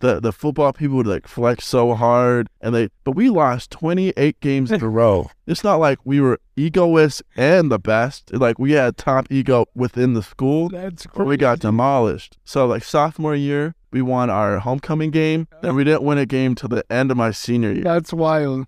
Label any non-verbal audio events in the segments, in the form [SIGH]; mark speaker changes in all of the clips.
Speaker 1: the the football people would like flex so hard and they but we lost 28
Speaker 2: [LAUGHS]
Speaker 1: games in a row it's not like we were egoists and the best like we had top ego within the school
Speaker 2: That's
Speaker 1: but we got demolished so like sophomore year we won our homecoming game and we didn't win a game till the end of my senior year
Speaker 2: That's wild.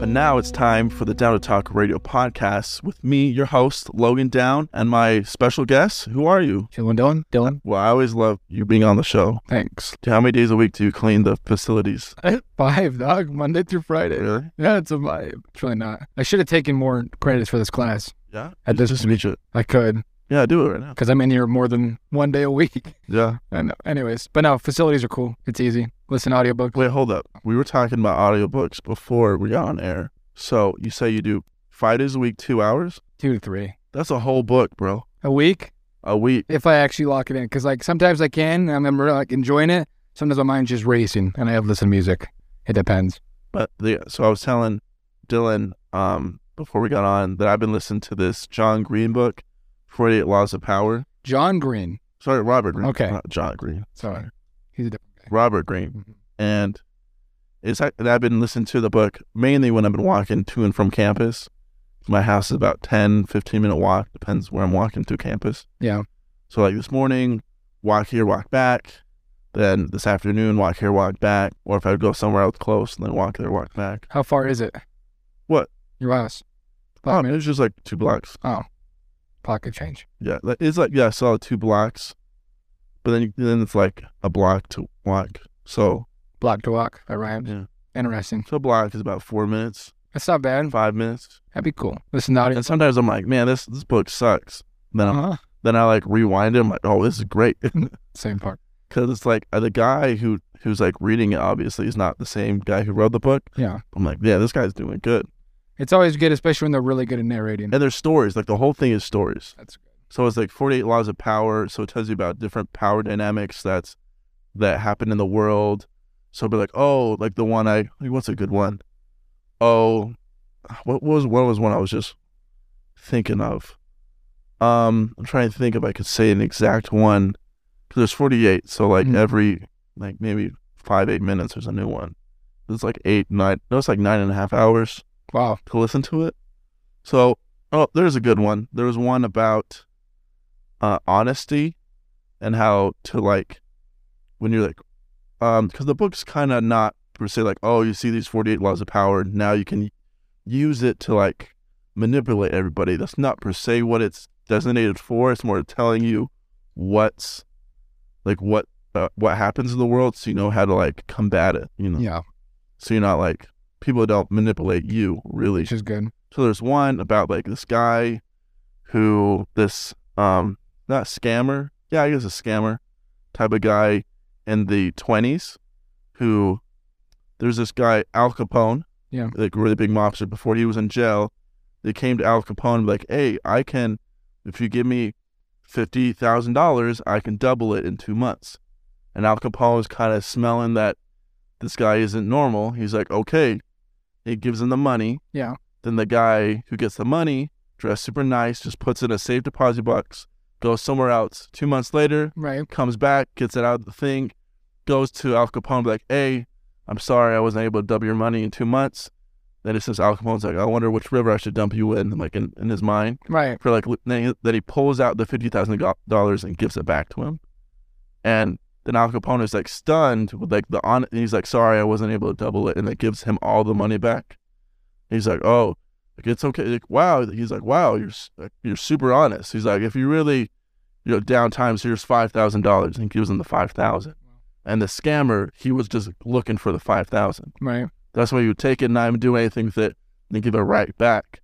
Speaker 1: But now it's time for the Down to Talk Radio podcast with me, your host, Logan Down, and my special guest. Who are you?
Speaker 2: Chillin' Dylan. Dylan.
Speaker 1: Well, I always love you being on the show.
Speaker 2: Thanks.
Speaker 1: How many days a week do you clean the facilities?
Speaker 2: Eh? Five dog Monday through Friday.
Speaker 1: Really?
Speaker 2: Yeah, it's a vibe. It's really not. I should have taken more credits for this class.
Speaker 1: Yeah.
Speaker 2: At this-
Speaker 1: just meet you.
Speaker 2: I could,
Speaker 1: Yeah, do it right now.
Speaker 2: because I'm in here more than one day a week. [LAUGHS]
Speaker 1: Yeah.
Speaker 2: I know. Anyways, but no, facilities are cool. It's easy. Listen, to audiobook.
Speaker 1: Wait, hold up. We were talking about audiobooks before we got on air. So you say you do five days a week, two hours?
Speaker 2: two to three
Speaker 1: That's a whole book, bro.
Speaker 2: a week
Speaker 1: A week.
Speaker 2: if I actually lock it in. Because like sometimes I can, and I'm really, like enjoying it. Sometimes my mind's just racing, and I have listened to music. It depends.
Speaker 1: But the, so I was telling Dylan um, before we got on that I've been listening to this John Green book, 48 Laws of Power.
Speaker 2: John Green.
Speaker 1: Sorry, Robert Green.
Speaker 2: Okay.
Speaker 1: Not John Green.
Speaker 2: Sorry, he's a different guy.
Speaker 1: Robert Green. And it's and I've been listening to the book mainly when I've been walking to and from campus. My house is about 10, 15 minute walk, depends where I'm walking to campus.
Speaker 2: Yeah.
Speaker 1: So like this morning, walk here, walk back. Then this afternoon, walk here, walk back. Or if I would go somewhere else close and then walk there, walk back.
Speaker 2: How far is it?
Speaker 1: What?
Speaker 2: Your house.
Speaker 1: Oh,
Speaker 2: Five
Speaker 1: man, it's just like two blocks.
Speaker 2: Pocket change.
Speaker 1: Yeah, like- it's like yeah, so two blocks, but then you, then it's like a block to walk. So
Speaker 2: Block to walk. That rhymes.
Speaker 1: Yeah.
Speaker 2: Interesting.
Speaker 1: so a block is about four minutes,
Speaker 2: That's not bad.
Speaker 1: five minutes,
Speaker 2: That'd be cool. Listen, to audio.
Speaker 1: and sometimes I'm like, man, this this book sucks. Then I'm,
Speaker 2: Uh-huh.
Speaker 1: then I like rewind it. I'm like, oh, this is great [LAUGHS]
Speaker 2: Same part.
Speaker 1: because it's like uh, the guy who who's like reading it obviously is not the same guy who wrote the book.
Speaker 2: Yeah.
Speaker 1: I'm like, yeah, this guy's doing good.
Speaker 2: It's always good, especially when they're really good at narrating.
Speaker 1: And there's stories, like the whole thing is stories.
Speaker 2: That's good.
Speaker 1: So it's like 48 laws of power. So it tells you about different power dynamics that's that happen in the world. So it'll be like, oh, like the one I like, what's a good one? Oh, what was what was one I was just thinking of? Um, I'm trying to think if I could say an exact one because there's 48. So like
Speaker 2: Mhm.
Speaker 1: every like maybe five eight minutes, there's a new one. It's like eight nine. No, it's like nine and a half hours
Speaker 2: Wow.
Speaker 1: to listen to it. So, oh, there's a good one. There was one about uh, honesty and how to like when you're like, um, because the book's kind of not per se like, oh, you see these 48 laws of power. Now you can use it to like manipulate everybody. That's not per se what it's designated for. It's more telling you what's like what uh, what happens in the world, so you know how to like combat it. You know,
Speaker 2: Yeah,
Speaker 1: so you're not like people don't manipulate you really.
Speaker 2: which is good.
Speaker 1: So there's one about like this guy who this um not scammer, yeah, I guess a scammer type of guy in the twenties who there's this guy Al Capone,
Speaker 2: Yeah.
Speaker 1: like really big mobster before he was in jail. They came to Al Capone and be like, hey, I can if you give me fifty thousand dollars, I can double it in two months. And Al Capone was kind of smelling that this guy isn't normal. He's like, okay. He gives him the money.
Speaker 2: Yeah.
Speaker 1: Then the guy who gets the money, dressed super nice, just puts it in a safe deposit box, goes somewhere else. Two months later,
Speaker 2: Right.
Speaker 1: comes back, gets it out of the thing, goes to Al Capone, be like, hey, I'm sorry I wasn't able to dump your money in two months. Then it says Al Capone's like, I wonder which river I should dump you in, like in, in his mind.
Speaker 2: Right.
Speaker 1: For like, then he, then he pulls out the $50,000 and gives it back to him. And then Al Capone is like stunned with like the on, and he's like, sorry, I wasn't able to double it. And it gives him all the money back. He's like, oh, like, it's okay. Like, wow. He's like, wow, you're s- like, you're super honest. He's like, if you really, you know, down times, here's five thousand dollars, and gives him the five thousand. And the scammer, he was just looking for the five thousand.
Speaker 2: Right.
Speaker 1: That's why you take it and not even do anything with it, and give it right back,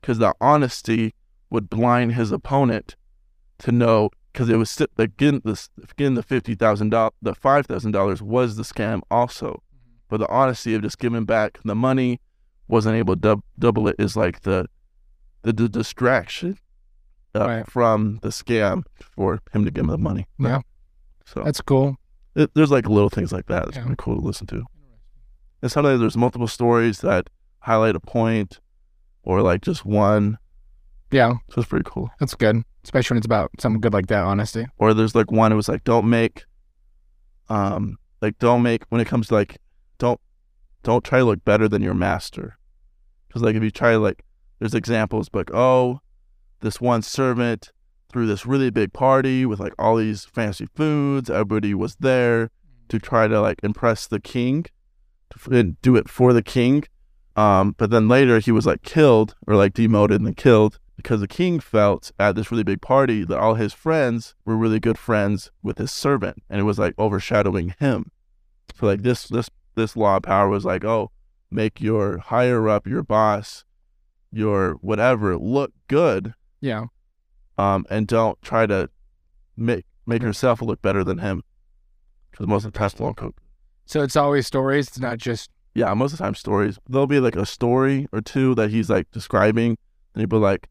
Speaker 1: because the honesty would blind his opponent to know. Because it was sti- like getting the getting the fifty thousand dollars, the five thousand dollars was the scam also,
Speaker 2: Mm-hmm.
Speaker 1: but the honesty of just giving back the money, wasn't able to dub- double it is like the the, the distraction uh,
Speaker 2: Right.
Speaker 1: from the scam for him to give him the money.
Speaker 2: Yeah.
Speaker 1: So
Speaker 2: That's cool.
Speaker 1: it, there's like little things like that. It's
Speaker 2: Yeah.
Speaker 1: kind of cool to listen to. And sometimes there's multiple stories that highlight a point or like just one.
Speaker 2: Yeah,
Speaker 1: So it's pretty cool.
Speaker 2: that's good. especially when it's about something good like that. Honesty.
Speaker 1: or there's like one it was like don't make um like don't make when it comes to like don't don't try to look better than your master because like if you try to like there's examples but like, oh this one servant threw this really big party with like all these fancy foods everybody was there to try to like impress the king to f- and do it for the king um but then later he was like killed or like demoted and then killed because the king felt at this really big party that all his friends were really good friends with his servant and it was like overshadowing him so like this this this law of power was like oh make your higher up your boss your whatever look good
Speaker 2: Yeah.
Speaker 1: um and don't try to make make yourself look better than him because most of the time won't cook
Speaker 2: So it's always stories. It's
Speaker 1: [LAUGHS]
Speaker 2: not just
Speaker 1: yeah, most of the time stories. There'll be like a story or two that he's like describing, and he'll be like,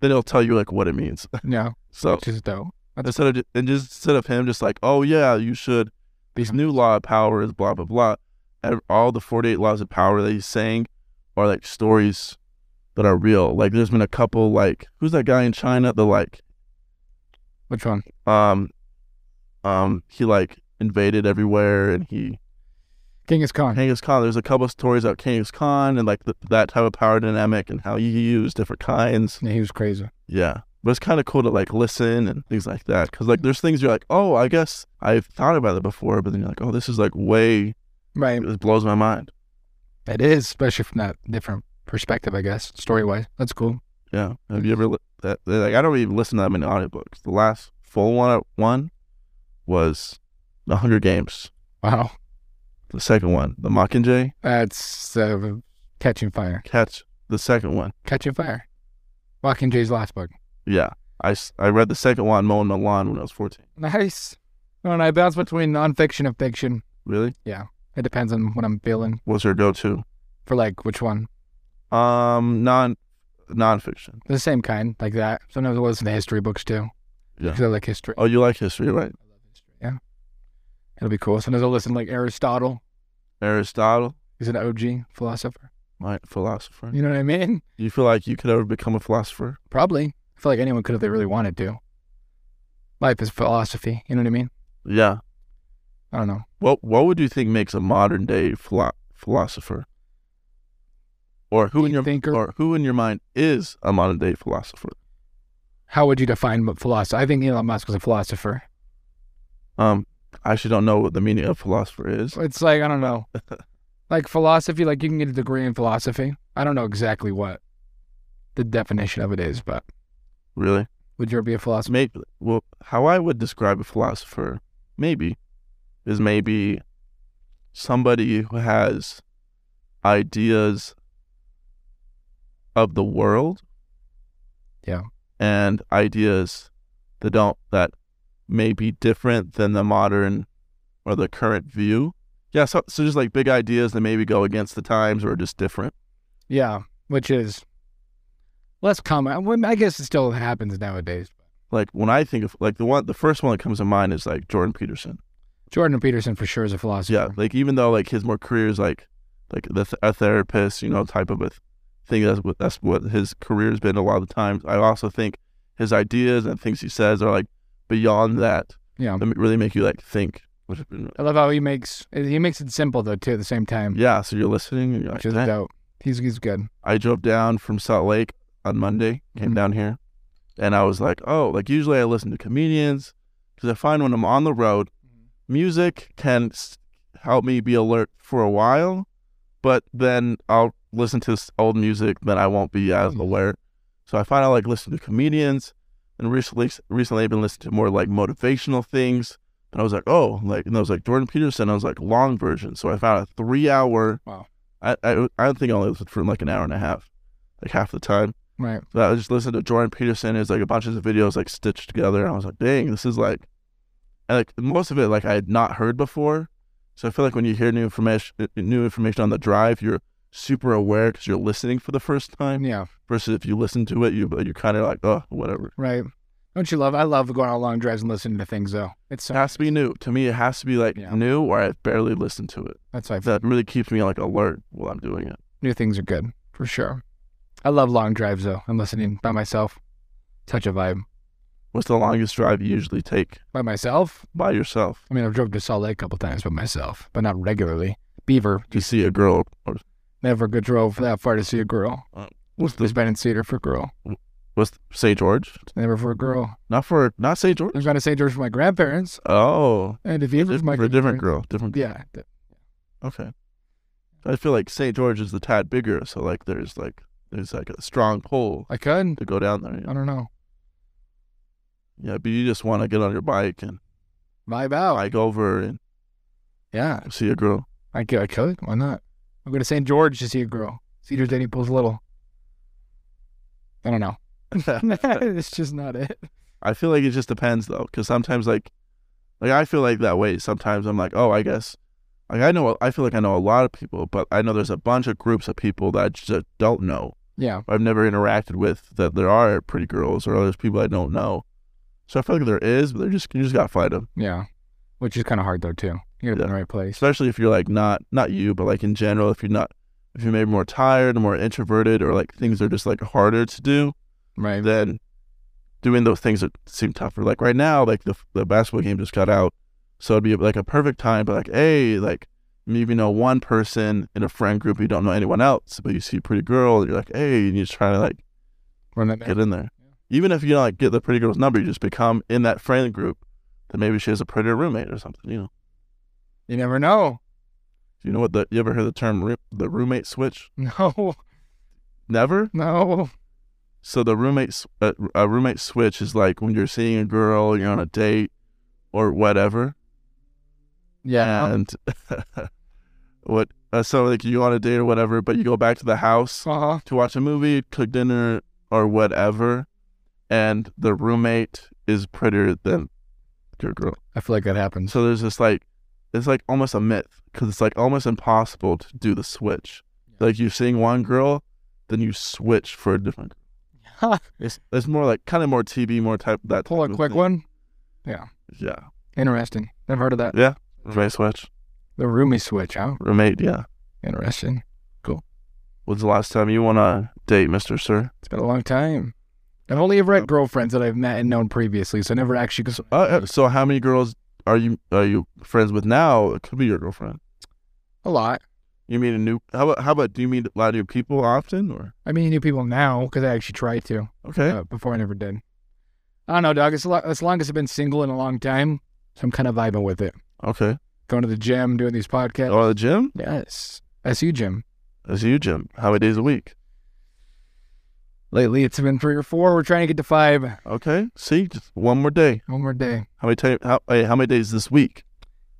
Speaker 1: then he'll tell you like what it means. [LAUGHS]
Speaker 2: no,
Speaker 1: So
Speaker 2: which is dope. That's
Speaker 1: instead of ju- and just instead of him just like, oh yeah, you should. These new law of power is blah blah blah. Ev- All the forty eight laws of power that he's saying are like stories that are real. Like there's been a couple like who's that guy in China? The like
Speaker 2: which one?
Speaker 1: um um he like invaded everywhere and he
Speaker 2: Genghis Khan.
Speaker 1: Kangas Khan. There's a couple of stories about Kangas Khan and like th that type of power dynamic and how you use different kinds.
Speaker 2: Yeah, he was crazy.
Speaker 1: Yeah. But it's kind of cool to like listen and things like that. Cause like there's things you're like, oh, I guess I've thought about it before, but then you're like, oh, this is like way,
Speaker 2: Right.
Speaker 1: it blows my mind.
Speaker 2: It is, especially from that different perspective, I guess, story wise. That's cool.
Speaker 1: Yeah. Have you ever, li- that, like, I don't even listen to that many audiobooks. The last full one, one was The Hunger Games.
Speaker 2: Wow.
Speaker 1: The second one, The Mockingjay.
Speaker 2: That's uh, Catching Fire.
Speaker 1: Catch the second one.
Speaker 2: Catching Fire. Walking Jay's last book.
Speaker 1: Yeah. I, s- I read the second one, Mo and Milan, when I was 14.
Speaker 2: Nice. Oh, and I bounce between nonfiction and fiction.
Speaker 1: Really?
Speaker 2: It depends on what I'm feeling
Speaker 1: What's your go to?
Speaker 2: for, like, which one.
Speaker 1: Um, non nonfiction.
Speaker 2: The same kind, like that. Sometimes I listen to history books too.
Speaker 1: Yeah.
Speaker 2: Because I like history.
Speaker 1: Oh, you like history, right?
Speaker 2: I love history. Yeah. It'll be cool. Sometimes I'll listen to, like, Aristotle.
Speaker 1: Aristotle,
Speaker 2: He's an OG philosopher.
Speaker 1: my philosopher.
Speaker 2: You know what I mean?
Speaker 1: You feel like you could ever become a philosopher?
Speaker 2: Probably. I feel like anyone could if they really wanted to. Life is philosophy. You know what I mean?
Speaker 1: Yeah.
Speaker 2: I don't know.
Speaker 1: What What would you think makes a modern day philo- philosopher? Or who in your
Speaker 2: Thinker.
Speaker 1: or who in your mind is a modern day philosopher?
Speaker 2: How would you define what philosophy? I think Elon Musk was a philosopher.
Speaker 1: Um, I actually don't know what the meaning of philosopher is.
Speaker 2: It's like, I don't know.
Speaker 1: [LAUGHS]
Speaker 2: like philosophy, like you can get a degree in philosophy. I don't know exactly what the definition of it is, but
Speaker 1: Really?
Speaker 2: would you be a philosopher?
Speaker 1: Maybe. Well, how I would describe a philosopher, maybe, is maybe somebody who has ideas of the world.
Speaker 2: Yeah.
Speaker 1: And ideas that don't that may be different than the modern or the current view. Yeah, so so just like big ideas that maybe go against the times or just different.
Speaker 2: Yeah, which is less common. I mean, I guess it still happens nowadays.
Speaker 1: Like when I think of like the one the first one that comes to mind is like Jordan Peterson.
Speaker 2: Jordan Peterson for sure is a philosopher.
Speaker 1: Yeah, like even though like his more career is like like the th- a therapist, you know, type of a th- thing. That's what that's what his career has been a lot of the times. I also think his ideas and things he says are like beyond that.
Speaker 2: Yeah.
Speaker 1: That m- really make you like think. Which has been,
Speaker 2: I love how he makes he makes it simple though too at the same time.
Speaker 1: yeah, so you're listening and you're like,
Speaker 2: Which is
Speaker 1: "Dang."
Speaker 2: dope. He's he's good.
Speaker 1: I drove down from Salt Lake on Monday, came
Speaker 2: Mhm.
Speaker 1: down here, and I was like, oh, like usually I listen to comedians because I find when I'm on the road, music can s- help me be alert for a while, but then I'll listen to s- old music, then I won't be as
Speaker 2: Mhm.
Speaker 1: aware. So I find I like listen to comedians, and recently, recently I've been listening to more like motivational things. And I was like, oh, like, and I was like Jordan Peterson. I was like long version. So I found a three hour.
Speaker 2: Wow.
Speaker 1: I I, I don't think I only listened for like an hour and a half, like half the time.
Speaker 2: Right.
Speaker 1: So I just listened to Jordan Peterson. It's like a bunch of his videos like stitched together. And I was like, dang, this is like, and like most of it like I had not heard before. So I feel like when you hear new information, new information on the drive, you're super aware because you're listening for the first time.
Speaker 2: Yeah.
Speaker 1: Versus if you listen to it, you you're kind of like, oh, whatever.
Speaker 2: Right. Don't you love? I love going on long drives and listening to things though. It's
Speaker 1: It
Speaker 2: so,
Speaker 1: has to be new to me. It has to be like
Speaker 2: Yeah.
Speaker 1: new, or I've barely listened to it.
Speaker 2: that's why I
Speaker 1: that really keeps me like alert while I'm doing it.
Speaker 2: new things are good for sure. I love long drives though. I'm listening by myself. Such a vibe.
Speaker 1: What's the longest drive you usually take
Speaker 2: by myself.
Speaker 1: by yourself?
Speaker 2: I mean, I've drove to Salt Lake a couple times by myself, but not regularly. Beaver,
Speaker 1: Do you see a girl? Or
Speaker 2: never good drove that far to see a girl.
Speaker 1: what's
Speaker 2: There's
Speaker 1: the
Speaker 2: been in Cedar for a girl,
Speaker 1: what's say George?
Speaker 2: never for a girl.
Speaker 1: Not for not say George.
Speaker 2: There's got to say George for my grandparents,
Speaker 1: Oh,
Speaker 2: and if you ever
Speaker 1: Dif-
Speaker 2: for my
Speaker 1: for a different
Speaker 2: grandparents-
Speaker 1: girl, different. girl.
Speaker 2: yeah, th-
Speaker 1: Okay. I feel like St. George is the tad bigger, so like there's like there's like a strong pull
Speaker 2: I could.
Speaker 1: to go down there. Yeah,
Speaker 2: I don't know.
Speaker 1: yeah but you just want to get on your bike and
Speaker 2: Vibe out.
Speaker 1: bike over and
Speaker 2: yeah,
Speaker 1: see a girl.
Speaker 2: I could. I could. Why not? I'm going to St. George to see a girl. Cedar dating pools little. I don't know.
Speaker 1: [LAUGHS]
Speaker 2: [LAUGHS] it's just not it.
Speaker 1: I feel like it just depends though, because sometimes like, like I feel like that way. Sometimes I'm like, oh, I guess, like I know, I feel like I know a lot of people, but I know there's a bunch of groups of people that I just don't know.
Speaker 2: Yeah.
Speaker 1: I've never interacted with that. There are pretty girls or there's people I don't know. So I feel like there is, but they're just you just gotta find them,
Speaker 2: Yeah. Which is kind of hard though too. You got to be in the right place.
Speaker 1: especially if you're like not not you, but like in general, if you're not if you're maybe more tired, more introverted, or like things are just like harder to do.
Speaker 2: Right.
Speaker 1: then doing those things that seem tougher. Like right now, like the the basketball game just got out, so it'd be like a perfect time. But like, hey, like maybe you know one person in a friend group, you don't know anyone else, but you see a pretty girl, and you're like, hey, and you just try to like
Speaker 2: Run that back.
Speaker 1: get in there. Even if you don't like get the pretty girl's number, you just become in that friend group. Then maybe she has a prettier roommate or something. You know,
Speaker 2: You never know. [LAUGHS]
Speaker 1: you know what? The you ever heard the term roo- the roommate switch?
Speaker 2: No.
Speaker 1: Never.
Speaker 2: No.
Speaker 1: So the roommate s- a, a roommate switch is like when you're seeing a girl, you're on a date, or whatever,
Speaker 2: Yeah.
Speaker 1: and [LAUGHS] what? Uh, so like you on a date or whatever, but you go back to the house
Speaker 2: Uh-huh.
Speaker 1: to watch a movie, cook dinner, or whatever, and the roommate is prettier than your girl.
Speaker 2: I feel like
Speaker 1: [LAUGHS]
Speaker 2: that happens.
Speaker 1: So there's this like, it's like almost a myth because it's like almost impossible to do the switch. Like you're seeing one girl, then you switch for a different. It's, it's more like kind of more TB, more type that.
Speaker 2: Pull a
Speaker 1: type of
Speaker 2: quick
Speaker 1: thing.
Speaker 2: one.
Speaker 1: Yeah.
Speaker 2: Interesting. Never heard of that.
Speaker 1: Roommate switch.
Speaker 2: The roomie switch, huh?
Speaker 1: Roommate, yeah.
Speaker 2: Interesting.
Speaker 1: When's the last time you went on a date, Mister Sir?
Speaker 2: It's been a long time. I've only ever had girlfriends that I've met and known previously, so I never actually. Cause
Speaker 1: Uh, uh, so how many girls are you are you friends with now? It could be your girlfriend.
Speaker 2: a lot.
Speaker 1: You meet a new. How about how about do you meet a lot of new people often or?
Speaker 2: I meet new people now because I actually tried to.
Speaker 1: Okay.
Speaker 2: Uh, before I never did. I don't know, dog. It's a lot, as long as I've been single in a long time, so I'm kind of vibing with it.
Speaker 1: okay.
Speaker 2: Going to the gym, doing these podcasts.
Speaker 1: Or the gym?
Speaker 2: Yes, SU gym.
Speaker 1: That's you, Jim. How many days a week?
Speaker 2: Lately, it's been three or four. We're trying to get to five.
Speaker 1: Okay. See, just one more day.
Speaker 2: One more day.
Speaker 1: How many time? How hey, how many days this week?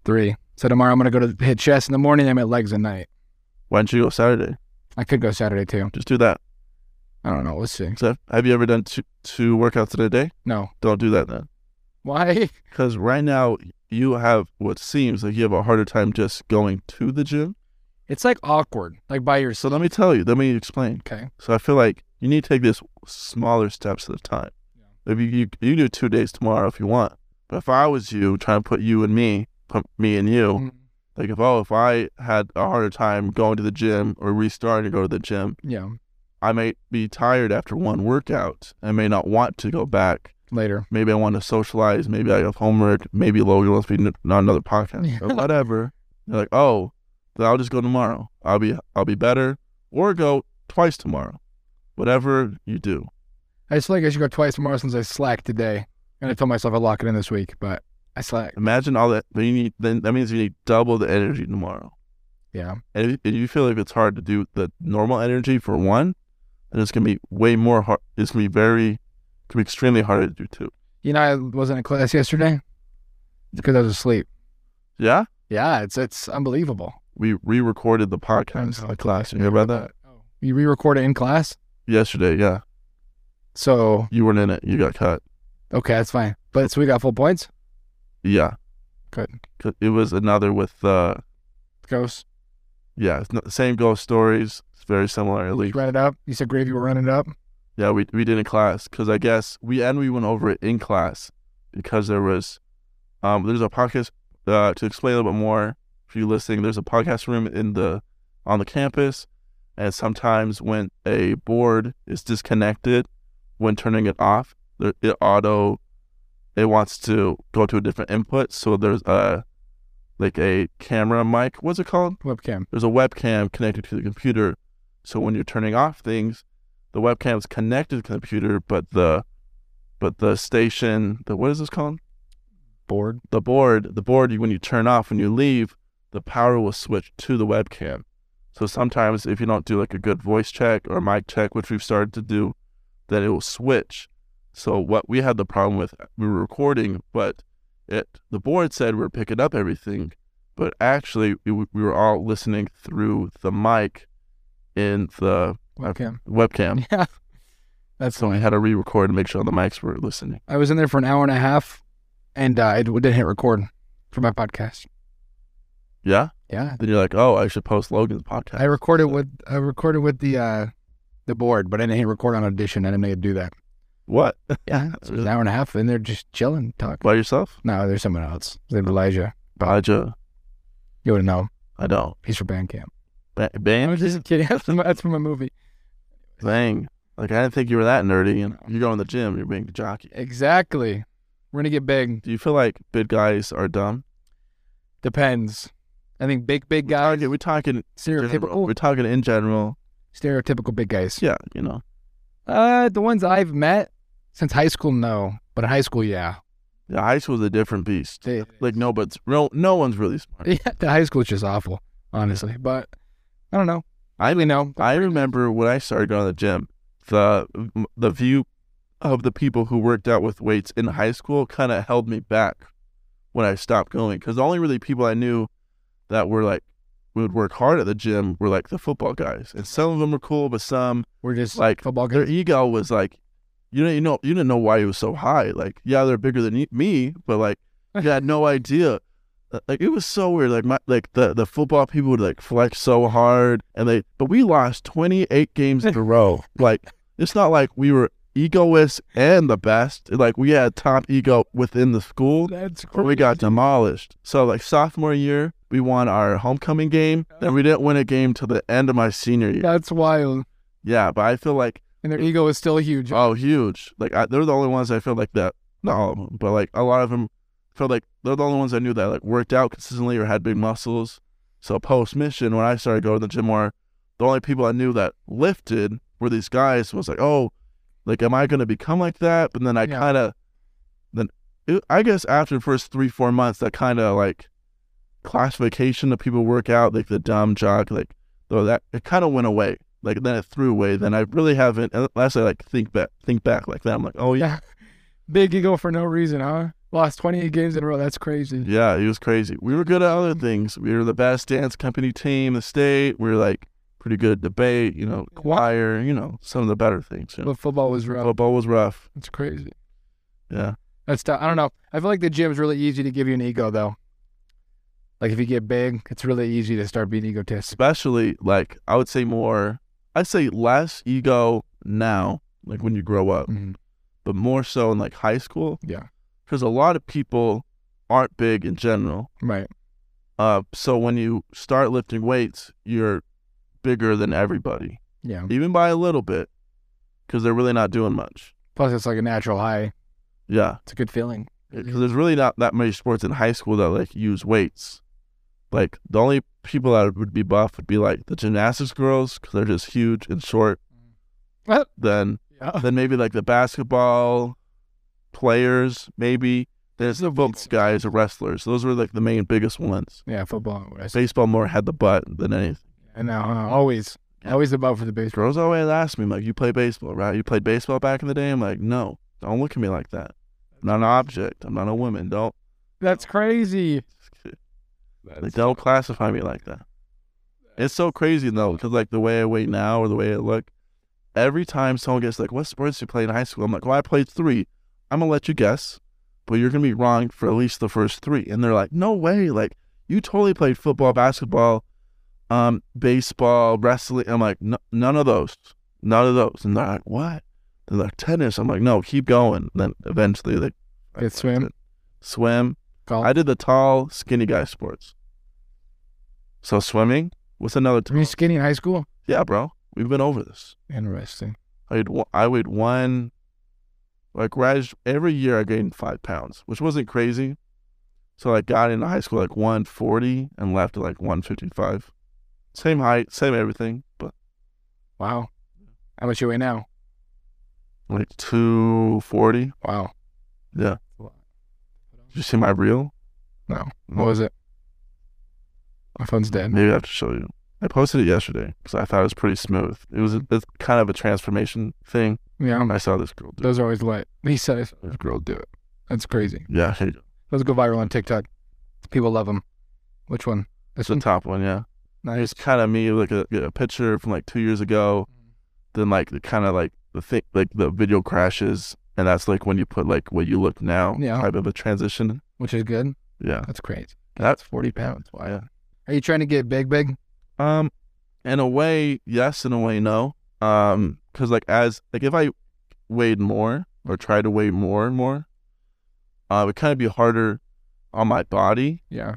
Speaker 2: Three. So tomorrow I'm gonna go to hit chest in the morning. I'm at legs at night.
Speaker 1: Why don't you go Saturday?
Speaker 2: I could go Saturday too.
Speaker 1: Just do that.
Speaker 2: I don't know. Let's see.
Speaker 1: So have you ever done two two workouts in a day?
Speaker 2: No.
Speaker 1: Don't do that then.
Speaker 2: Why? [LAUGHS]
Speaker 1: Because right now you have what seems like you have a harder time just going to the gym.
Speaker 2: It's like awkward. Like by
Speaker 1: So
Speaker 2: yourself.
Speaker 1: let me tell you, let me explain.
Speaker 2: Okay.
Speaker 1: So I feel like you need to take this smaller steps at a time. Maybe you you do two days tomorrow if you want. But if I was you, trying to put you and me, put me and you,
Speaker 2: Mm,
Speaker 1: like if oh if I had a harder time going to the gym or restarting to go to the gym,
Speaker 2: Yeah.
Speaker 1: I may be tired after one workout. I may not want to go back.
Speaker 2: Later.
Speaker 1: Maybe I want to socialize. Maybe I have homework. Maybe Logan wants to be n- on another podcast
Speaker 2: Yeah.
Speaker 1: or whatever. They're like, oh, then I'll just go tomorrow. I'll be I'll be better or go twice tomorrow. Whatever you do.
Speaker 2: I just feel like I should go twice tomorrow since I slacked today, and I told myself I'd lock it in this week, but I slacked.
Speaker 1: Imagine all that. But you need then that means you need double the energy tomorrow.
Speaker 2: Yeah.
Speaker 1: And if, if you feel like it's hard to do the normal energy for one, then it's gonna be way more hard. It's gonna be very, gonna be extremely hard to do two.
Speaker 2: You know, I wasn't in class yesterday because I was asleep.
Speaker 1: Yeah,
Speaker 2: Yeah, it's it's unbelievable.
Speaker 1: we re-recorded the podcast
Speaker 2: know.
Speaker 1: class. You hear about that
Speaker 2: Oh. You re-record it in class,
Speaker 1: yesterday? Yeah,
Speaker 2: so
Speaker 1: you weren't in it. You got cut.
Speaker 2: okay, that's fine. But so we got full points.
Speaker 1: Yeah.
Speaker 2: Good.
Speaker 1: 'Cause It was another with uh
Speaker 2: Ghost,
Speaker 1: yeah, it's not the same ghost stories. It's very similar at
Speaker 2: you
Speaker 1: least.
Speaker 2: run it up. You said Gravy, we're running it up.
Speaker 1: Yeah, we we did in class because I guess we and we went over it in class because there was um there's a podcast uh to explain a little bit more if you're listening. There's a podcast room in the on the campus, and sometimes when a board is disconnected, when turning it off, there, it auto it wants to go to a different input. So there's a like a camera mic. What's it called?
Speaker 2: Webcam.
Speaker 1: There's a webcam connected to the computer. So when you're turning off things, the webcam's connected to the computer, but the but the station, the what is this called?
Speaker 2: Board.
Speaker 1: The board, the board. When you turn off, when you leave, the power will switch to the webcam. So sometimes, if you don't do like a good voice check or mic check, which we've started to do, then it will switch. So what we had the problem with, we were recording, but it the board said we were picking up everything, but actually we, we were all listening through the mic in the
Speaker 2: Webcam.
Speaker 1: webcam.
Speaker 2: [LAUGHS] Yeah. That's
Speaker 1: So we had to re-record and make sure all the mics were listening.
Speaker 2: I was in there for an hour and a half and uh, I d- didn't hit record for my podcast.
Speaker 1: Yeah.
Speaker 2: Yeah.
Speaker 1: Then you're like, oh, I should post Logan's podcast.
Speaker 2: I recorded with I recorded with the uh the board, but I didn't hit record on audition. I didn't make it do that.
Speaker 1: what
Speaker 2: Yeah. So it was an hour and a half in there just chilling, talking.
Speaker 1: by yourself?
Speaker 2: No, there's someone else. His name's Elijah.
Speaker 1: Baja.
Speaker 2: You wouldn't know. him.
Speaker 1: I don't.
Speaker 2: He's from Bandcamp.
Speaker 1: Ba-
Speaker 2: I
Speaker 1: Bam.
Speaker 2: was just kidding. [LAUGHS] That's from, that's from a movie.
Speaker 1: Dang. Like I didn't think you were that nerdy. And you go in the gym, you're being a jockey.
Speaker 2: Exactly. We're gonna get big.
Speaker 1: Do you feel like big guys are dumb?
Speaker 2: Depends. I think big big guys.
Speaker 1: Okay, we're talking general.
Speaker 2: Stereotypical
Speaker 1: We're talking in general.
Speaker 2: stereotypical big guys.
Speaker 1: Yeah, you know.
Speaker 2: Uh the ones I've met since high school, no. But in high school, yeah.
Speaker 1: Yeah, high school's a different beast.
Speaker 2: They,
Speaker 1: Like no, but no, no one's really smart.
Speaker 2: [LAUGHS] yeah, the high school's just awful, honestly. But I don't know.
Speaker 1: I
Speaker 2: really know.
Speaker 1: I remember when I started going to the gym, the the view of the people who worked out with weights in high school kind of held me back when I stopped going because the only really people I knew that were like would work hard at the gym were like the football guys, and some of them were cool, but some
Speaker 2: We're just
Speaker 1: like,
Speaker 2: like football
Speaker 1: their
Speaker 2: guys.
Speaker 1: ego was like, you know, you know, you didn't know why he was so high. Like, yeah, they're bigger than y- me, but like, you had no idea. Uh, Like, it was so weird. Like, my like the the football people would like flex so hard, and they but we lost twenty eight
Speaker 2: [LAUGHS]
Speaker 1: games in a row. Like, it's not like we were egoists and the best. Like, we had top ego within the school.
Speaker 2: That's
Speaker 1: Or we got demolished. So like sophomore year, we won our homecoming game, and we didn't win a game till the end of my senior year.
Speaker 2: That's wild.
Speaker 1: Yeah, but I feel like
Speaker 2: And their ego is still huge.
Speaker 1: Oh, huge! Like I, they're the only ones I feel like that. Not all of them, but like a lot of them felt like they're the only ones I knew that like worked out consistently or had big muscles. So post mission, when I started going to the gym more, the only people I knew that lifted were these guys. Was like, oh, like am I gonna become like that? But then I
Speaker 2: Yeah.
Speaker 1: kind of, then it, I guess after the first three four months, that kind of like classification of people work out like the dumb jock like though that it kind of went away like then it threw away then i really haven't unless i like think back think back like that i'm like oh yeah
Speaker 2: Big ego for no reason, huh? Lost 28 games in a row. That's crazy.
Speaker 1: yeah it was crazy we were good at other things we were the best dance company team in the state we were like pretty good at debate you know choir you know some of the better things you know?
Speaker 2: But football was rough.
Speaker 1: football was rough
Speaker 2: That's crazy.
Speaker 1: yeah
Speaker 2: That's tough. I don't know. I feel like the gym's really easy to give you an ego, though. Like if you get big, it's really easy to start being egotistic.
Speaker 1: especially like i would say more i'd say less ego now like when you grow up
Speaker 2: Mhm.
Speaker 1: but more so in like high school
Speaker 2: Yeah.
Speaker 1: because a lot of people aren't big in general
Speaker 2: Right.
Speaker 1: Uh, so when you start lifting weights, you're bigger than everybody,
Speaker 2: Yeah.
Speaker 1: even by a little bit, because they're really not doing much.
Speaker 2: Plus, it's like a natural high.
Speaker 1: Yeah,
Speaker 2: It's a good feeling.
Speaker 1: because there's really not that many sports in high school that like use weights. Like the only people that would be buff would be like the gymnastics girls, because they're just huge and short.
Speaker 2: Well, [LAUGHS]
Speaker 1: Then,
Speaker 2: yeah.
Speaker 1: then maybe like the basketball players, maybe. There's
Speaker 2: The
Speaker 1: the
Speaker 2: weights.
Speaker 1: guys or wrestlers. Those were like the main biggest ones.
Speaker 2: Yeah, football. I see.
Speaker 1: Baseball more had the butt than anything.
Speaker 2: I know. huh? uh, Always. Always about for the baseball.
Speaker 1: Girls always ask me, like, you play baseball, right? You played baseball back in the day? I'm like, no, don't look at me like that. I'm not an object. I'm not a woman. Don't
Speaker 2: That's crazy.
Speaker 1: like, don't classify me like that. It's so crazy though, because like the way I wait now or the way I look, every time someone gets like, "What sports you play in high school?" I'm like, "Well, I played three. I'm gonna let you guess, but you're gonna be wrong for at least the first three. And they're like, "No way! Like you totally played football, basketball, um, baseball, wrestling." I'm like, "No, none of those. None of those." And they're like, "What?" They're like, "Tennis." I'm like, "No, keep going." Then eventually they
Speaker 2: Did swim?
Speaker 1: Swim.
Speaker 2: Golf.
Speaker 1: I did the tall, skinny guy sports. So swimming. What's another?
Speaker 2: Were
Speaker 1: T-
Speaker 2: you skinny in high school?
Speaker 1: yeah, bro. We've been over this.
Speaker 2: Interesting.
Speaker 1: I weighed, one- I weighed one Like gradu- every year I gained five pounds, which wasn't crazy. So I got into high school like 140 and left at like 155. Same height, same everything, but
Speaker 2: Wow. How much you weigh now?
Speaker 1: like 240.
Speaker 2: Wow.
Speaker 1: Yeah. Did you see my reel?
Speaker 2: No. What was it? My phone's dead.
Speaker 1: Maybe I have to show you. I posted it yesterday because I thought it was pretty smooth. It was a, it's kind of a transformation thing.
Speaker 2: Yeah.
Speaker 1: I saw this girl do. it.
Speaker 2: Those are always lit. He says, girl, do it. That's crazy.
Speaker 1: Yeah, here you go.
Speaker 2: Those go viral on TikTok. People love them. Which one?
Speaker 1: it's the
Speaker 2: Hmm.
Speaker 1: top one. Yeah,
Speaker 2: Nice.
Speaker 1: it's kind of me like a, a picture from like two years ago. Then like the kind of like the thing like the video crashes, and that's like when you put like what you look now
Speaker 2: Yeah.
Speaker 1: type of a transition.
Speaker 2: Which is good.
Speaker 1: Yeah,
Speaker 2: That's crazy.
Speaker 1: that's
Speaker 2: 40 pounds. Wow.
Speaker 1: Yeah.
Speaker 2: Are you trying to get big, big?
Speaker 1: Um, in a way, yes. In a way, no. Um, because like as like if I weighed more or tried to weigh more and more, uh, it would kind of be harder on my body.
Speaker 2: Yeah.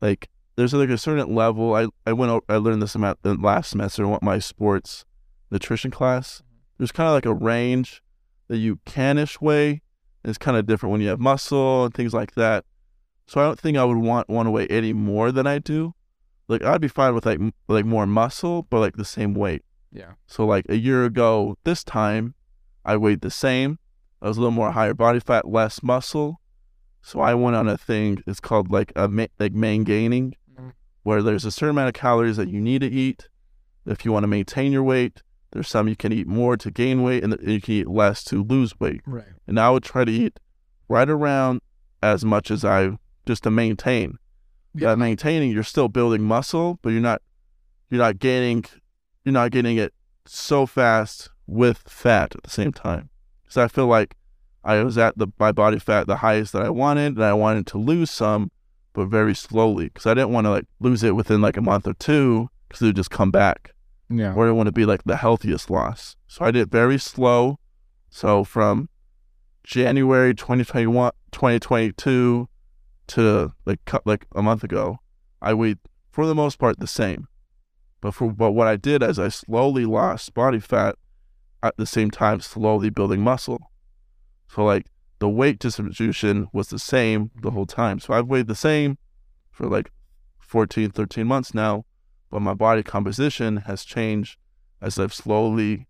Speaker 1: Like there's like a certain level. I I went over, I learned this amount the last semester in my sports nutrition class. There's kind of like a range that you canish weigh. It's kind of different when you have muscle and things like that. So I don't think I would want want to weigh any more than I do. Like I'd be fine with like m- like more muscle, but like the same weight.
Speaker 2: Yeah.
Speaker 1: So like a year ago, this time, I weighed the same. I was a little more higher body fat, less muscle. So I went on a thing. It's called like a ma- like main gaining,
Speaker 2: Mhm.
Speaker 1: where there's a certain amount of calories that you need to eat if you want to maintain your weight. There's some you can eat more to gain weight, and th- you can eat less to lose weight
Speaker 2: Right.
Speaker 1: and I would try to eat right around as much as I just to maintain.
Speaker 2: Yeah.
Speaker 1: Yeah, maintaining you're still building muscle, but you're not you're not gaining you're not getting it so fast with fat at the same time. So I feel like I was at the my body fat the highest that I wanted, and I wanted to lose some, but very slowly because I didn't want to like lose it within like a month or two because it would just come back
Speaker 2: Yeah.
Speaker 1: where I want to be like the healthiest loss. So I did very slow. So from January 2021, 2022 to like cou- like a month ago, I weighed for the most part the same. But for but what I did is I slowly lost body fat at the same time slowly building muscle. So like the weight distribution was the same the whole time. So I've weighed the same for like 14, 13 months now but my body composition has changed as I've slowly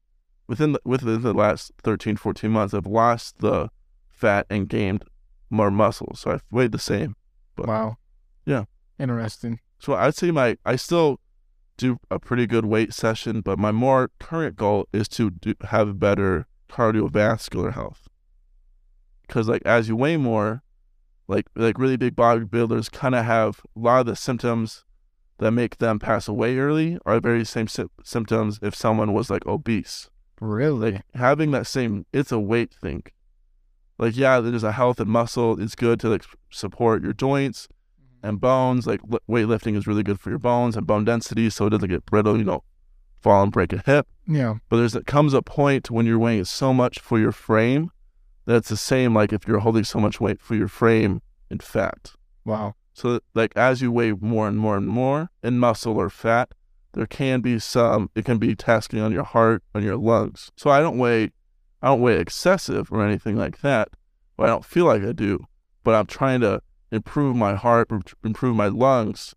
Speaker 1: within the, within the last 13 14 months I've lost the fat and gained more muscle so I've weighed the same
Speaker 2: Wow.
Speaker 1: Yeah.
Speaker 2: Interesting.
Speaker 1: so I'd say my I still do a pretty good weight session but my more current goal is to do, have better cardiovascular health cuz like as you weigh more like like really big bodybuilders kind of have a lot of the symptoms that make them pass away early are the very same sy- symptoms if someone was like obese.
Speaker 2: Really?
Speaker 1: Like having that same, it's a weight thing. Like yeah, there's a health and muscle. It's good to like support your joints and bones. Like li- weightlifting is really good for your bones and bone density, so it doesn't get brittle. You don't fall and break a hip.
Speaker 2: Yeah.
Speaker 1: But there's it comes a point when you're weighing so much for your frame that it's the same like if you're holding so much weight for your frame in fat.
Speaker 2: Wow.
Speaker 1: So, like, as you weigh more and more and more in muscle or fat, there can be some, it can be tasking on your heart, on your lungs. So, I don't weigh, I don't weigh excessive or anything like that, but I don't feel like I do. But I'm trying to improve my heart, im- improve my lungs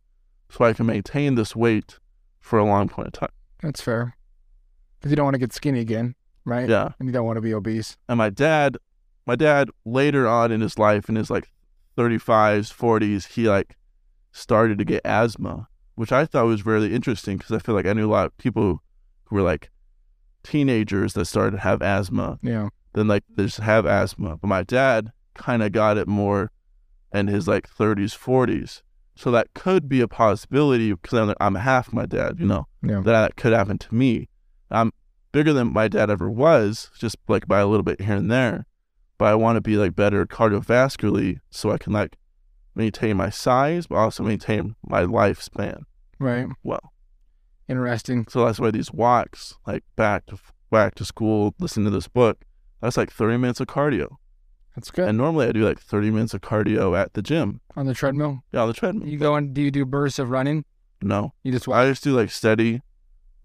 Speaker 1: so I can maintain this weight for a long point of time.
Speaker 2: That's fair. Because you don't want to get skinny again, right?
Speaker 1: Yeah.
Speaker 2: And you don't want to be obese.
Speaker 1: And my dad, my dad later on in his life, in his like 35s, 40s, he like started to get asthma, which I thought was really interesting because I feel like I knew a lot of people who were like teenagers that started to have asthma,
Speaker 2: Yeah.
Speaker 1: then like they just have asthma. But my dad kind of got it more in his like 30s, 40s. So that could be a possibility because I'm, I'm half my dad, you know
Speaker 2: Yeah.
Speaker 1: that could happen to me. I'm bigger than my dad ever was, just like by a little bit here and there. But I want to be like better cardiovascularly so I can like maintain my size, but also maintain my lifespan.
Speaker 2: Right.
Speaker 1: Well,
Speaker 2: Interesting.
Speaker 1: so that's why these walks, like back to back to school, listen to this book. That's like 30 minutes of cardio.
Speaker 2: That's good.
Speaker 1: And normally I do like 30 minutes of cardio at the gym.
Speaker 2: on the treadmill,
Speaker 1: Yeah, on the treadmill.
Speaker 2: you go and do you do bursts of running?
Speaker 1: No.
Speaker 2: You just walk.
Speaker 1: I just do like steady,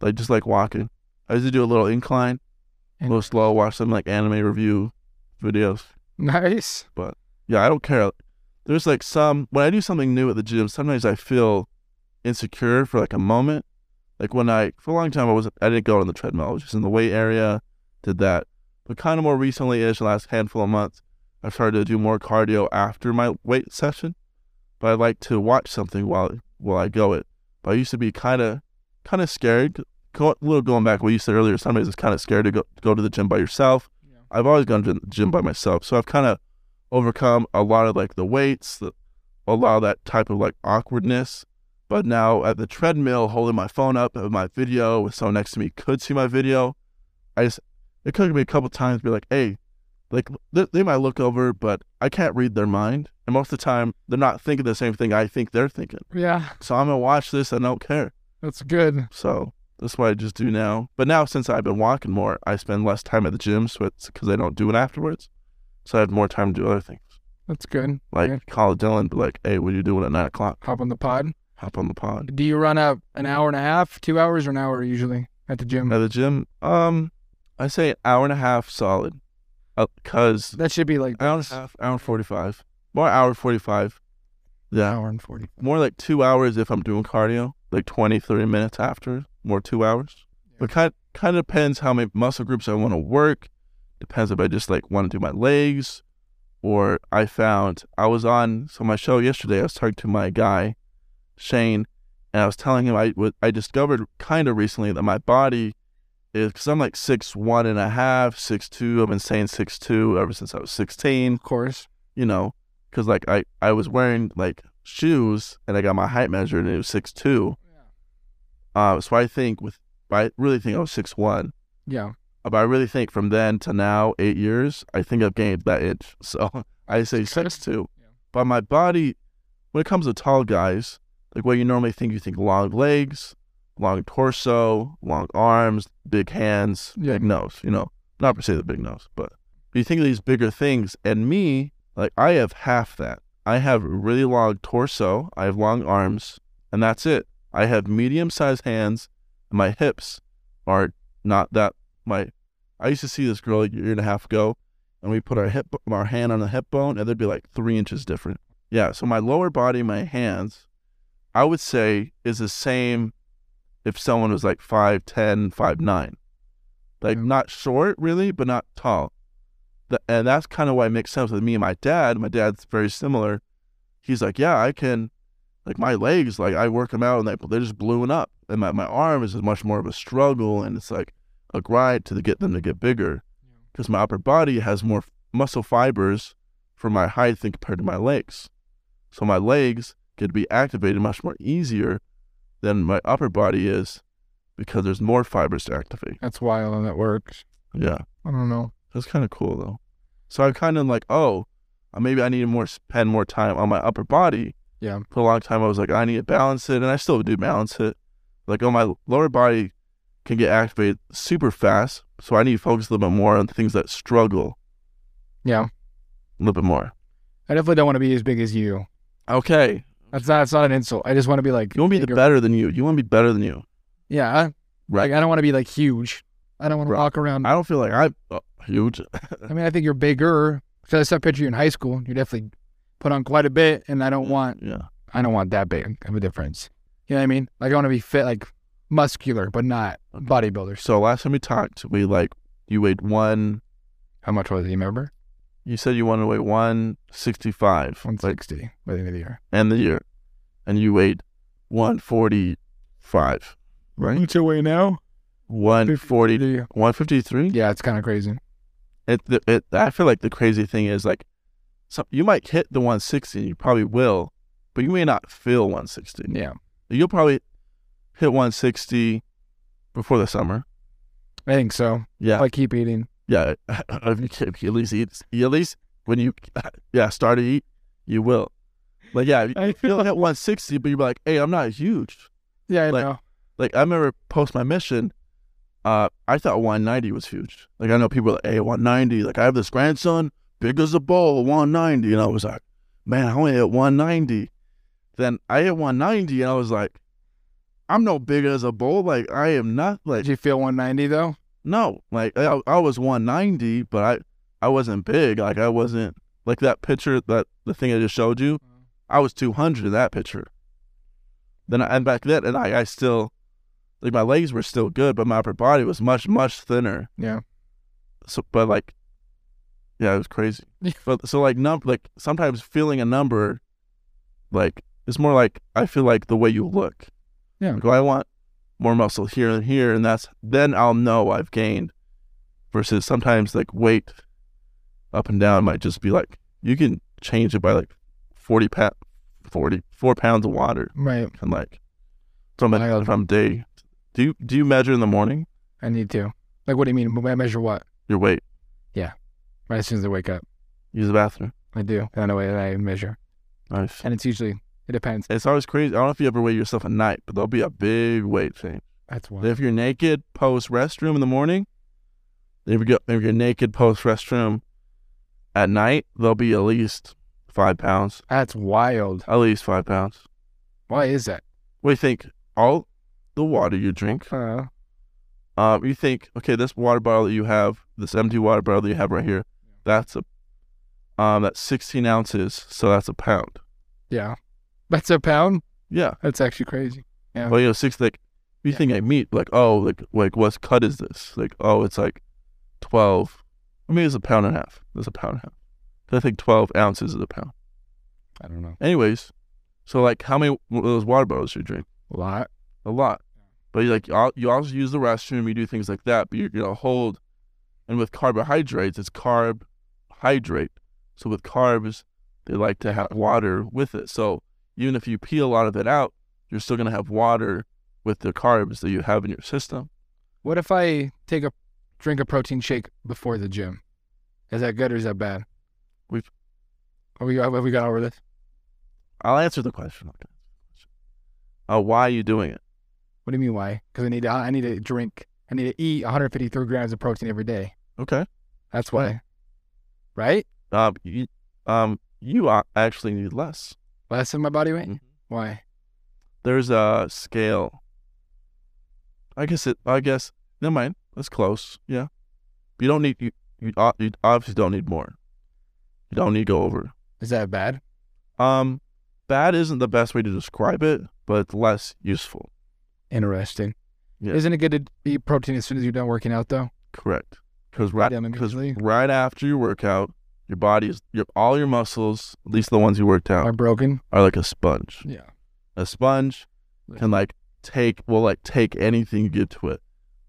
Speaker 1: like just like walking. I used to do a little incline, a
Speaker 2: And-
Speaker 1: little slow, watch some like anime review videos.
Speaker 2: Nice.
Speaker 1: Yeah, I don't care. There's like some when I do something new at the gym, sometimes I feel insecure for like a moment. Like when I for a long time I wasn't I didn't go on the treadmill. I was just in the weight area, did that. But kind of more recently ish, the last handful of months, I've started to do more cardio after my weight session. But I like to watch something while while I go it. But I used to be kind of kind of scared. Go, a little going back what you said earlier, sometimes it's kind of scared to go go to the gym by yourself.
Speaker 2: Yeah.
Speaker 1: I've always gone to the gym by myself, so I've kind of overcome a lot of like the weights, the, a lot of that type of like awkwardness. But now at the treadmill, holding my phone up with my video, with someone next to me could see my video, I just it took me a couple times to be like, hey, like they, they might look over, but I can't read their mind, and most of the time they're not thinking the same thing I think they're thinking.
Speaker 2: Yeah,
Speaker 1: So I'm gonna watch this. I don't care.
Speaker 2: that's good.
Speaker 1: So that's what I just do now. But now since I've been walking more, I spend less time at the gym, so it's because I don't do it afterwards. So I have more time to do other things,
Speaker 2: That's good.
Speaker 1: like
Speaker 2: Yeah.
Speaker 1: call Dylan, be like, "Hey, what are you doing at nine o'clock?
Speaker 2: Hop on the pod.
Speaker 1: Hop on the pod."
Speaker 2: Do you run up an hour and a half, two hours, or an hour usually at the gym?
Speaker 1: At the gym, um, I say an hour and a half solid, Uh 'cause cause
Speaker 2: that should be like
Speaker 1: hour and a half, hour and forty-five, more hour forty-five.
Speaker 2: an
Speaker 1: Yeah,
Speaker 2: hour and forty.
Speaker 1: more like two hours if I'm doing cardio, like 20, 30 minutes after, more two hours. But kind kind of depends how many muscle groups I want to work. Depends if I just like want to do my legs, or I found I was on so my show yesterday. I was talking to my guy, Shane, and I was telling him I what I discovered kind of recently that my body is because I'm like six one and a half, six two. I've been saying six two ever since I was sixteen
Speaker 2: Of course.
Speaker 1: you know, because like I I was wearing like shoes and I got my height measured and it was six two. Uh, so I think with I really think I was six one, uh,
Speaker 2: Yeah.
Speaker 1: but I really think from then to now eight years I think I've gained that inch. [LAUGHS] So I say
Speaker 2: That's good.
Speaker 1: six two.
Speaker 2: Yeah.
Speaker 1: But my body, when it comes to tall guys, like what you normally think, you think long legs, long torso, long arms, big hands,
Speaker 2: Yeah.
Speaker 1: big nose. You know, not per se the big nose, but you think of these bigger things. And me, like I have half that. I have really long torso. I have long arms, and that's it. I have medium sized hands. And my hips are not that. My I used to see this girl a year and a half ago, and we put our hip our hand on the hip bone, and they'd be like three inches different. Yeah. So my lower body, my hands, I would say is the same. If someone was like 5'10", 5'9". like
Speaker 2: Yeah.
Speaker 1: not short really, but not tall. Th- and that's kind of why it makes sense with me and my dad. My dad's very similar. He's like, yeah, I can, like my legs, like I work them out and they, they're just blowing up. And my, my arm is much more of a struggle and it's like a grind to get them to get bigger because my upper body has more f- muscle fibers for my height than compared to my legs. So my legs get to be activated much more easier than my upper body is because there's more fibers to activate.
Speaker 2: That's wild and that works.
Speaker 1: Yeah.
Speaker 2: I don't know.
Speaker 1: That's kind of cool though. So I'm kind of like, oh, uh, maybe I need to more spend more time on my upper body.
Speaker 2: Yeah.
Speaker 1: For a long time, I was like, I need to balance it, and I still do balance it. Like, oh, my lower body can get activated super fast, so I need to focus a little bit more on things that struggle
Speaker 2: Yeah.
Speaker 1: a little bit more.
Speaker 2: I definitely don't want to be as big as you.
Speaker 1: Okay,
Speaker 2: That's not. That's not an insult. I just want to be like.
Speaker 1: you want to be
Speaker 2: bigger.
Speaker 1: the better than you. You want to be better than you.
Speaker 2: Yeah. I-
Speaker 1: Right.
Speaker 2: Like I don't want to be like huge. I don't want to
Speaker 1: Right.
Speaker 2: walk around.
Speaker 1: I don't feel like I'm uh, huge. [LAUGHS]
Speaker 2: I mean, I think you're bigger because I saw a picture of you in high school. You definitely put on quite a bit, and I
Speaker 1: Mm.
Speaker 2: don't want
Speaker 1: Yeah.
Speaker 2: I don't want that big of a difference. You know what I mean? Like I want to be fit, like muscular, but not bodybuilder.
Speaker 1: So last time we talked, we like you weighed one.
Speaker 2: How much was it? You remember?
Speaker 1: You said you wanted to weigh one sixty-five.
Speaker 2: One sixty by the end of the year.
Speaker 1: and the year, and you weighed 145, right?
Speaker 2: What's your weight now?
Speaker 1: 140, 153.
Speaker 2: Yeah, it's kind of crazy.
Speaker 1: It, the- it, I feel like the crazy thing is like, some, you might hit the 160, you probably will, but you may not feel 160.
Speaker 2: Yeah,
Speaker 1: You'll probably hit 160 before the summer.
Speaker 2: I think so.
Speaker 1: Yeah,
Speaker 2: Like keep eating.
Speaker 1: yeah. [LAUGHS] if you keep- you at least eat, you at least when you [LAUGHS] yeah start to eat, you will. Like yeah,
Speaker 2: I
Speaker 1: you'll hit 160, but you're like, hey, I'm not huge.
Speaker 2: [LAUGHS] Yeah, I
Speaker 1: Like-
Speaker 2: know.
Speaker 1: like I remember post my mission, uh, I thought 190 was huge. Like I know people are like, hey, 190. Like I have this grandson, big as a bowl, 190, and I was like, man, I only hit 190. Then I hit 190, and I was like, I'm no bigger as a bowl. Like I am not like
Speaker 2: Did you feel 190 though?
Speaker 1: no, like I, I was 190, but I I I wasn't big. Like I wasn't like that picture that the thing I just showed you. I was 200 in that picture. Then I, and back then, and I, I still like my legs were still good, but my upper body was much much thinner.
Speaker 2: Yeah.
Speaker 1: So, but like, yeah, it was crazy.
Speaker 2: Yeah.
Speaker 1: but so like num like sometimes feeling a number, like it's more like I feel like the way you look.
Speaker 2: Yeah.
Speaker 1: Like, well, I want more muscle here and here, and that's then I'll know I've gained. Versus sometimes like weight, up and down might just be like you can change it by like forty pa- 40, four pounds of water
Speaker 2: Right.
Speaker 1: and like from
Speaker 2: I
Speaker 1: a,
Speaker 2: gotta-
Speaker 1: from day. Do you do you measure in the morning
Speaker 2: I need to. Like, what do you mean? I measure what?
Speaker 1: your weight?
Speaker 2: Right as soon as I wake up,
Speaker 1: Use the bathroom.
Speaker 2: I do. I know what I measure,
Speaker 1: Nice.
Speaker 2: and it's usually it depends.
Speaker 1: It's always crazy. I don't know if you ever weigh yourself at night, but there'll be a big weight change.
Speaker 2: That's
Speaker 1: But
Speaker 2: why.
Speaker 1: If you're naked post restroom in the morning, if you go if you're naked post restroom at night, there'll be at least five pounds.
Speaker 2: That's wild.
Speaker 1: At least five pounds.
Speaker 2: Why is that?
Speaker 1: What do you think? All the water you drink.
Speaker 2: Uh,
Speaker 1: Um, you think, okay, this water bottle that you have, this empty water bottle that you have right here, that's a um that's sixteen ounces, so that's a pound.
Speaker 2: yeah. That's a pound.
Speaker 1: Yeah.
Speaker 2: That's actually crazy. Yeah.
Speaker 1: Well, you know, six like you
Speaker 2: Yeah.
Speaker 1: think I meat like oh like like what's cut is this like oh it's like twelve. I mean it's a pound and a half. It's a pound and a half. 'Cause I think twelve ounces is a pound.
Speaker 2: I don't know.
Speaker 1: Anyways, so like how many of those water bottles you drink?
Speaker 2: A lot.
Speaker 1: A lot. But you like you al- you also use the restroom. You do things like that. But you're gonna hold, and with carbohydrates, it's carb hydrate. So with carbs, they like to have water with it. So even if you pee a lot of it out, you're still gonna have water with the carbs that you have in your system.
Speaker 2: What if I take a drink a protein shake before the gym? Is that good or is that bad?
Speaker 1: We've-
Speaker 2: Are we have we got over this?
Speaker 1: I'll answer the question. Uh, why are you doing it?
Speaker 2: What do you mean why? Because I need to I need to drink. I need to eat 153 grams of protein every day.
Speaker 1: Okay.
Speaker 2: That's why. Right?
Speaker 1: Um, you, um, you uh, actually need less.
Speaker 2: Less than my body weight.
Speaker 1: Mhm.
Speaker 2: Why?
Speaker 1: There's a scale. I guess it. I guess never mind. That's close. Yeah, you don't need you. You, o- you obviously don't need more. You don't need to go over.
Speaker 2: Is that bad?
Speaker 1: Um, bad isn't the best way to describe it, but it's less useful.
Speaker 2: Interesting.
Speaker 1: Yeah.
Speaker 2: Isn't it good to eat protein as soon as you're done working out though?
Speaker 1: Correct. Because right
Speaker 2: Yeah, maybe
Speaker 1: because
Speaker 2: it's-
Speaker 1: right after your workout, your body is your all your muscles, at least the ones you worked
Speaker 2: Or
Speaker 1: out,
Speaker 2: broken?
Speaker 1: are like a sponge.
Speaker 2: Oh. Yeah.
Speaker 1: a sponge
Speaker 2: Right.
Speaker 1: can like take will like take anything you give to it.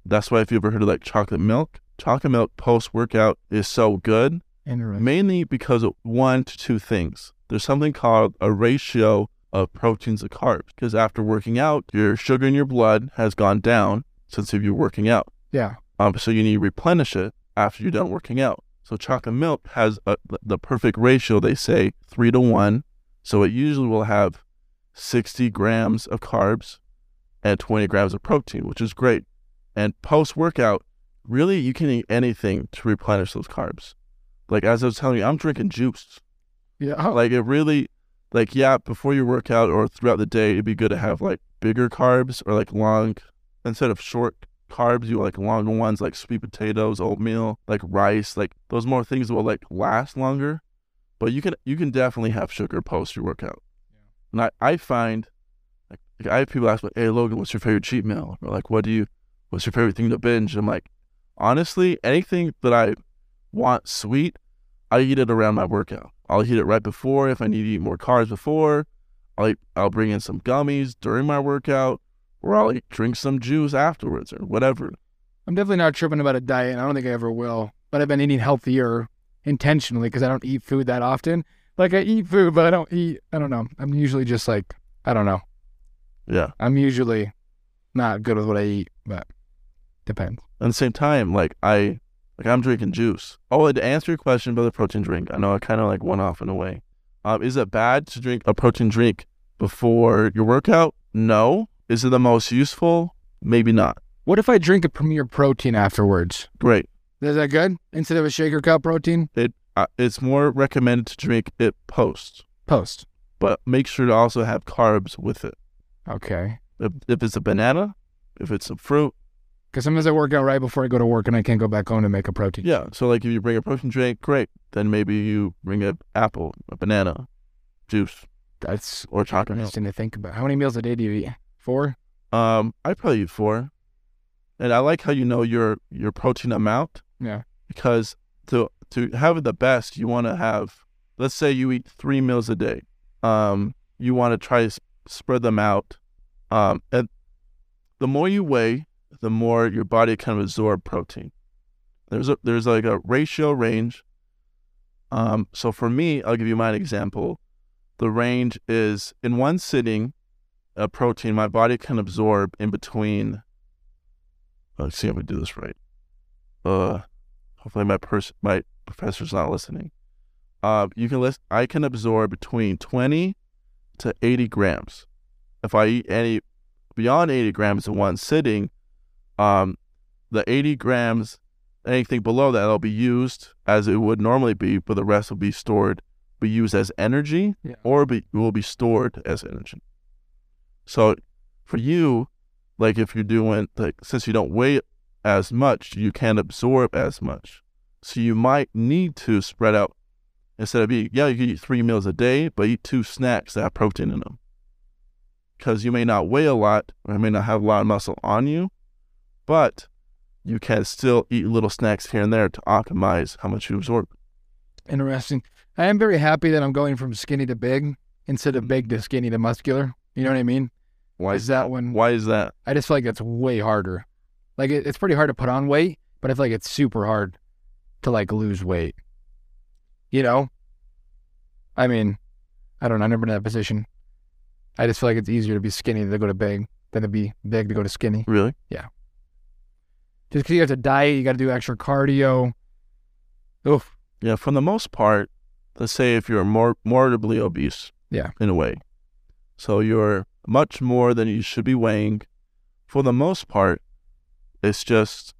Speaker 1: That's why if you ever heard of like chocolate milk, chocolate milk post workout is so good,
Speaker 2: Interesting.
Speaker 1: mainly because of one to two things. There's something called a ratio of proteins to carbs because after working out, your sugar in your blood has gone down since if you're working out.
Speaker 2: Yeah.
Speaker 1: Um, so you need to replenish it after you're done working out. So chocolate milk has a, the perfect ratio, they say, three to one. So it usually will have 60 grams of carbs and 20 grams of protein, which is great. And post workout, really, you can eat anything to replenish those carbs. Like, as I was telling you, I'm drinking juice.
Speaker 2: Yeah. Oh,
Speaker 1: Like, it really, like, yeah, before your workout or throughout the day, it'd be good to have like bigger carbs or like long, instead of short carbs, you like longer ones like sweet potatoes, oatmeal, like rice, like those more things will like last longer. But you can you can definitely have sugar post your workout. And I, I find like, like, I have people ask me, Hey Logan, what's your favorite cheat meal? Or like what do you what's your favorite thing to binge? I'm like, honestly, anything that I want sweet, I eat it around my workout. I'll eat it right before if I need to eat more carbs before. I'll eat, I'll bring in some gummies during my workout, or I'll eat, drink some juice afterwards or whatever.
Speaker 2: I'm definitely not tripping about a diet. and I don't think I ever will. But I've been eating healthier intentionally because I don't eat food that often. Like I eat food, but I don't eat. I don't know. I'm usually just like I don't know.
Speaker 1: Yeah.
Speaker 2: I'm usually not good with what I eat, but depends.
Speaker 1: At the same time, like I like I'm drinking juice. Oh, and to answer your question about the protein drink, I know I kind of like went off in a way. Um, is it bad to drink a protein drink before your workout? No. Is it the most useful? Maybe not.
Speaker 2: What if I drink a Premier protein afterwards?
Speaker 1: Great.
Speaker 2: Is that good? Instead of a shaker cup protein,
Speaker 1: It uh, it's more recommended to drink it post,
Speaker 2: post.
Speaker 1: but make sure to also have carbs with it.
Speaker 2: Okay.
Speaker 1: If, if it's a banana, if it's a fruit,
Speaker 2: Because sometimes I work out right before I go to work and I can't go back home to make a protein.
Speaker 1: Yeah. So like if you bring a protein drink, great. Then maybe you bring an apple, a banana, juice,
Speaker 2: That's
Speaker 1: or chocolate milk.
Speaker 2: interesting to think about. How many meals a day do you eat? Four?
Speaker 1: Um, I probably eat four. And I like how you know your your protein amount
Speaker 2: Yeah.
Speaker 1: because to to have it the best, you want to have. Let's say you eat three meals a day. Um, you want to try to sp- spread them out. Um, and the more you weigh, the more your body can absorb protein. There's a there's like a ratio range. Um, so for me, I'll give you my example. The range is in one sitting, a protein my body can absorb in between. Let's see if we do this right. Uh, hopefully my pers- my professor's not listening. Uh, you can list. I can absorb between twenty to eighty grams. If I eat any beyond eighty grams in one sitting, um, the eighty grams, anything below that, will be used as it would normally be, but the rest will be stored, be used as energy,
Speaker 2: Yeah.
Speaker 1: or be will be stored as energy. So, for you, like if you're doing like since you don't weigh as much, you can't absorb as much. So you might need to spread out instead of eating, yeah, you can eat three meals a day, but eat two snacks that have protein in them. Because you may not weigh a lot, or you may not have a lot of muscle on you, but you can still eat little snacks here and there to optimize how much you absorb.
Speaker 2: Interesting. I am very happy that I'm going from skinny to big instead of big to skinny to muscular. You know what I mean?
Speaker 1: Mm-hmm. Why
Speaker 2: Is that one?
Speaker 1: Why is that?
Speaker 2: I just feel like that's way harder. Like it, it's pretty hard to put on weight, but I feel like it's super hard to like lose weight. You know? I mean, I don't know. I've never been in that position. I just feel like it's easier to be skinny to go to big than to be big to go to skinny.
Speaker 1: Really?
Speaker 2: Just because you have to diet, you got to do extra cardio. Oof.
Speaker 1: Yeah, for the most part, let's say if you're more morbidly obese.
Speaker 2: Yeah.
Speaker 1: In a way. So you're much more than you should be weighing. For the most part, it's just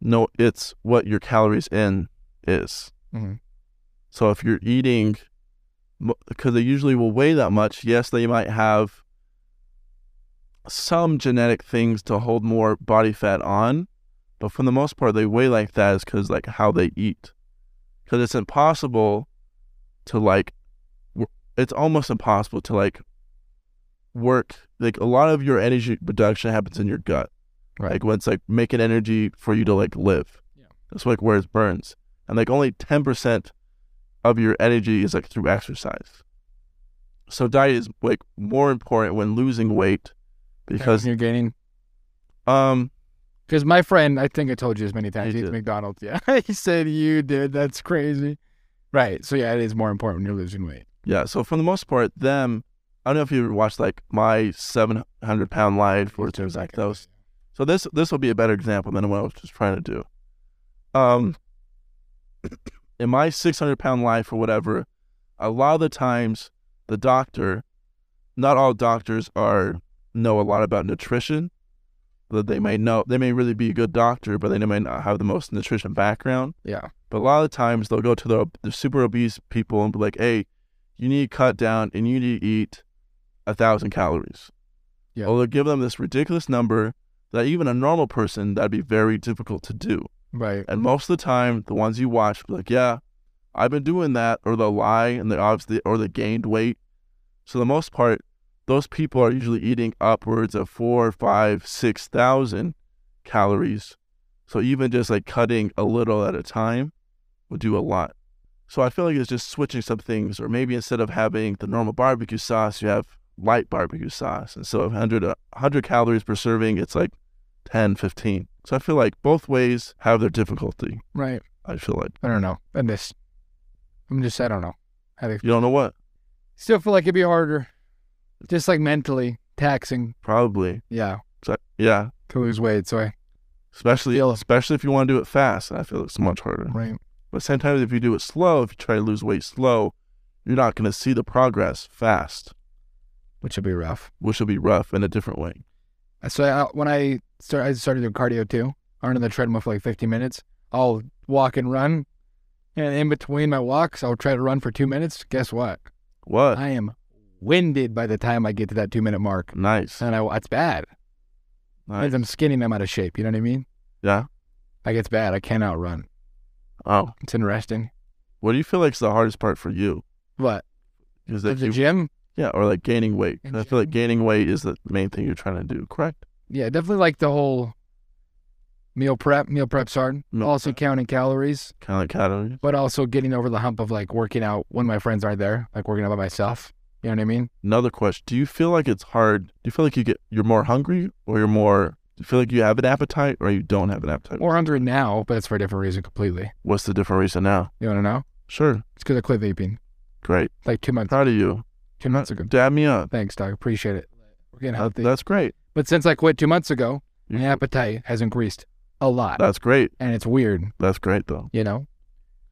Speaker 1: no it's what your calories in is.
Speaker 2: Mhm.
Speaker 1: So if you're eating because they usually will weigh that much, yes, they might have some genetic things to hold more body fat on, but for the most part, they weigh like that is because like how they eat because it's impossible to like w- it's almost impossible to like work like a lot of your energy production happens in your gut
Speaker 2: Right.
Speaker 1: like when it's like making energy for you to like live
Speaker 2: Yeah.
Speaker 1: that's like where it burns and like only 10% of your energy is like through exercise so diet is like more important when losing weight because
Speaker 2: you're gaining
Speaker 1: um
Speaker 2: Because my friend, I think I told you as many times,
Speaker 1: You
Speaker 2: he eats
Speaker 1: did.
Speaker 2: McDonald's. Yeah, [LAUGHS] he said you did. That's crazy. Right. So yeah, it is more important when you're losing weight.
Speaker 1: Yeah. So for the most part, them. I don't know if you ever watched like my seven hundred pound life or things like those. So this this will be a better example than what I was just trying to do. Um, in my six hundred pound life or whatever, a lot of the times the doctor, not all doctors are know a lot about nutrition. That they may know they may really be a good doctor, but they may not have the most nutrition background.
Speaker 2: Yeah.
Speaker 1: But a lot of times they'll go to the, the super obese people and be like, hey, you need to cut down and you need to eat a thousand calories.
Speaker 2: Yeah.
Speaker 1: Or they'll give them this ridiculous number that even a normal person that'd be very difficult to do.
Speaker 2: Right.
Speaker 1: And most of the time, the ones you watch be like, yeah, I've been doing that, or they'll lie and they obviously or they gained weight. So the most part, those people are usually eating upwards of four, five, six thousand calories. So even just like cutting a little at a time would do a lot. So I feel like it's just switching some things, or maybe instead of having the normal barbecue sauce, you have light barbecue sauce. And so 100, 100 calories per serving, it's like 10, 15. So I feel like both ways have their difficulty.
Speaker 2: Right.
Speaker 1: I feel like
Speaker 2: I don't know. And this, I'm just I don't know. How to,
Speaker 1: you don't know what
Speaker 2: still feel like it'd be harder, just like mentally taxing.
Speaker 1: probably.
Speaker 2: Yeah.
Speaker 1: So, yeah,
Speaker 2: To lose weight. So I.
Speaker 1: especially
Speaker 2: Feel-
Speaker 1: especially if you want to do it fast. I feel it's much harder.
Speaker 2: Right.
Speaker 1: But sometimes if you do it slow, if you try to lose weight slow, you're not going to see the progress fast,
Speaker 2: Which would be rough.
Speaker 1: which will be rough in a different way.
Speaker 2: So I, when I start, I started doing cardio too. I run on the treadmill for like 15 minutes. I'll walk and run, and in between my walks, I'll try to run for two minutes. Guess what?
Speaker 1: What?
Speaker 2: I am winded by the time I get to that two minute mark,
Speaker 1: nice.
Speaker 2: and I that's bad.
Speaker 1: Nice.
Speaker 2: If I'm skinny and I'm out of shape, you know what I mean?
Speaker 1: Yeah.
Speaker 2: Like it's bad. I can't outrun.
Speaker 1: Oh,
Speaker 2: It's interesting.
Speaker 1: what do you feel like is the hardest part for you?
Speaker 2: But
Speaker 1: Is
Speaker 2: at
Speaker 1: that
Speaker 2: the
Speaker 1: you,
Speaker 2: gym,
Speaker 1: yeah, or like gaining weight? 'Cause
Speaker 2: In
Speaker 1: I feel like
Speaker 2: gym.
Speaker 1: gaining weight is the main thing you're trying to do. Correct.
Speaker 2: yeah, definitely like the whole meal prep. Meal prep's hard.
Speaker 1: Meal
Speaker 2: also
Speaker 1: prep.
Speaker 2: counting calories,
Speaker 1: Kind of like calories.
Speaker 2: but also getting over the hump of like working out when my friends aren't there, like working out by myself. You know what I mean?
Speaker 1: Another question: Do you feel like it's hard? Do you feel like you get you're more hungry, or you're more? Do you feel like you have an appetite, or you don't have an appetite?
Speaker 2: Or under now, but it's for a different reason completely.
Speaker 1: What's the different reason now?
Speaker 2: You want to know?
Speaker 1: Sure.
Speaker 2: It's because I quit vaping
Speaker 1: Great.
Speaker 2: like two months,
Speaker 1: Proud of you.
Speaker 2: two months ago.
Speaker 1: Dab me up.
Speaker 2: Thanks, dog. Appreciate it. We're getting
Speaker 1: That-
Speaker 2: healthy.
Speaker 1: that's great.
Speaker 2: But since I quit two months ago,
Speaker 1: You-
Speaker 2: my appetite has increased a lot,
Speaker 1: That's great.
Speaker 2: and it's weird,
Speaker 1: That's great though.
Speaker 2: you know.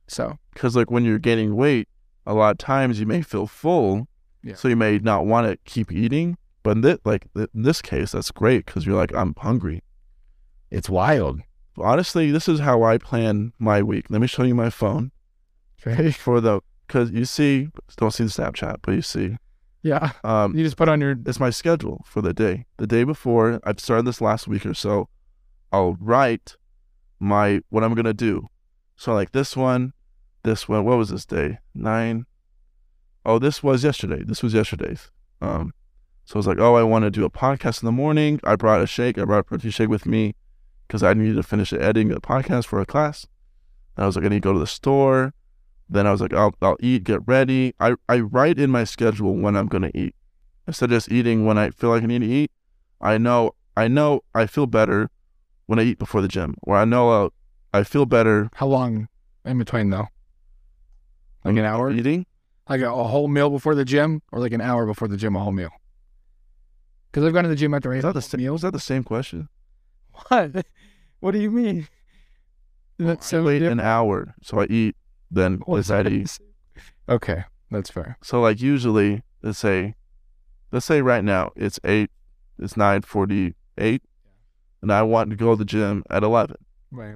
Speaker 2: So
Speaker 1: because like when you're gaining weight, a lot of times you may feel full,
Speaker 2: Yeah.
Speaker 1: so you may not want to keep eating. But in thi- like th- in this case, that's great because you're like, I'm hungry.
Speaker 2: it's wild.
Speaker 1: Honestly, this is how I plan my week. Let me show you my phone for the because you see, don't see the Snapchat, but you see,
Speaker 2: [LAUGHS] yeah,
Speaker 1: um,
Speaker 2: you just put on your
Speaker 1: it's my schedule for the day. The day before, I've started this last week or so. I'll write my what I'm gonna do. So like this one, this one. What was this day? Nine. Oh, this was yesterday. This was yesterday's. Um, so I was like, oh, I want to do a podcast in the morning. I brought a shake. I brought a protein shake with me because I needed to finish editing a podcast for a class. And I was like, I need to go to the store. Then I was like, I'll, I'll eat, get ready. I, I write in my schedule when I'm gonna eat instead of just eating when I feel like I need to eat. I know I know I feel better when I eat before the gym, or I know uh, I feel better
Speaker 2: how long in between though? Like an hour,
Speaker 1: eating.
Speaker 2: like a, a whole meal before the gym, or like an hour before the gym, a whole meal. Because I've gone to the gym after eight
Speaker 1: Is that the same?
Speaker 2: meals.
Speaker 1: Is that the same question?
Speaker 2: [LAUGHS] What? What do you mean? That's
Speaker 1: Oh, I
Speaker 2: so
Speaker 1: wait
Speaker 2: different.
Speaker 1: an hour, so I eat, then decide
Speaker 2: [LAUGHS]
Speaker 1: to eat.
Speaker 2: Okay, that's fair.
Speaker 1: So like usually, let's say, let's say right now it's eight, it's nine forty-eight, and I want to go to the gym at eleven.
Speaker 2: Right.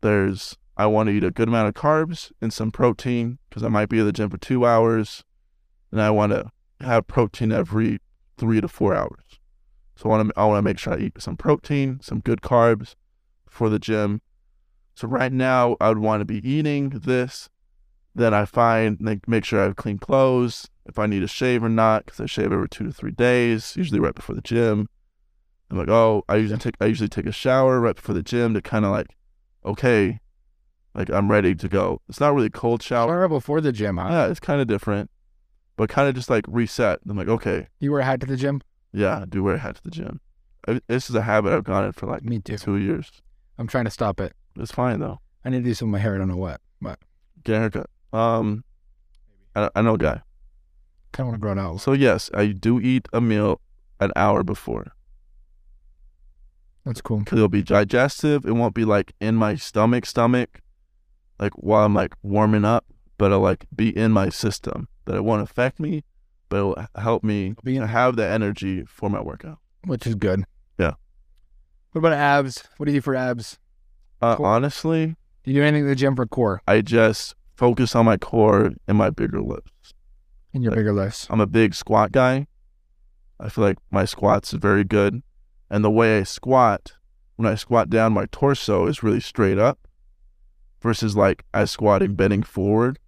Speaker 1: there's I want to eat a good amount of carbs and some protein because I might be at the gym for two hours, and I want to have protein every three to four hours. So I want to I want to make sure I eat some protein, some good carbs before the gym. So right now I would want to be eating this. Then I find make, make sure I have clean clothes. If I need to shave or not, because I shave every two to three days, usually right before the gym. I'm like, oh, I usually take I usually take a shower right before the gym to kind of like okay, like I'm ready to go. It's not really a cold shower.
Speaker 2: Hour before the gym, huh?
Speaker 1: Oh. Yeah, uh, it's kind of different, but kind of just like reset. I'm like, okay,
Speaker 2: You were a hat to the gym.
Speaker 1: yeah, I do wear a hat to the gym. I, this is a habit I've gone in for like
Speaker 2: Me too.
Speaker 1: two years.
Speaker 2: I'm trying to stop it.
Speaker 1: It's fine though.
Speaker 2: I need to do some of my hair. I don't know what, but
Speaker 1: Get a haircut. Um, I, I know a guy.
Speaker 2: kind of want to grow it out.
Speaker 1: So yes, I do eat a meal an hour before
Speaker 2: That's cool.
Speaker 1: because it'll be digestive. It won't be like in my stomach, stomach, like while I'm like warming up, but it'll like be in my system. That it won't affect me, but it'll h- help me
Speaker 2: Be in-
Speaker 1: to have the energy for my workout.
Speaker 2: Which is good.
Speaker 1: Yeah.
Speaker 2: What about abs? What do you do for abs?
Speaker 1: Uh,
Speaker 2: Cool.
Speaker 1: Honestly,
Speaker 2: Do you do anything at the gym for core
Speaker 1: I just focus on my core and my bigger lifts.
Speaker 2: in your
Speaker 1: Like-
Speaker 2: bigger lifts?
Speaker 1: I'm a big squat guy. I feel like my squats are very good. And the way I squat, when I squat down, my torso is really straight up versus like I squatting bending forward.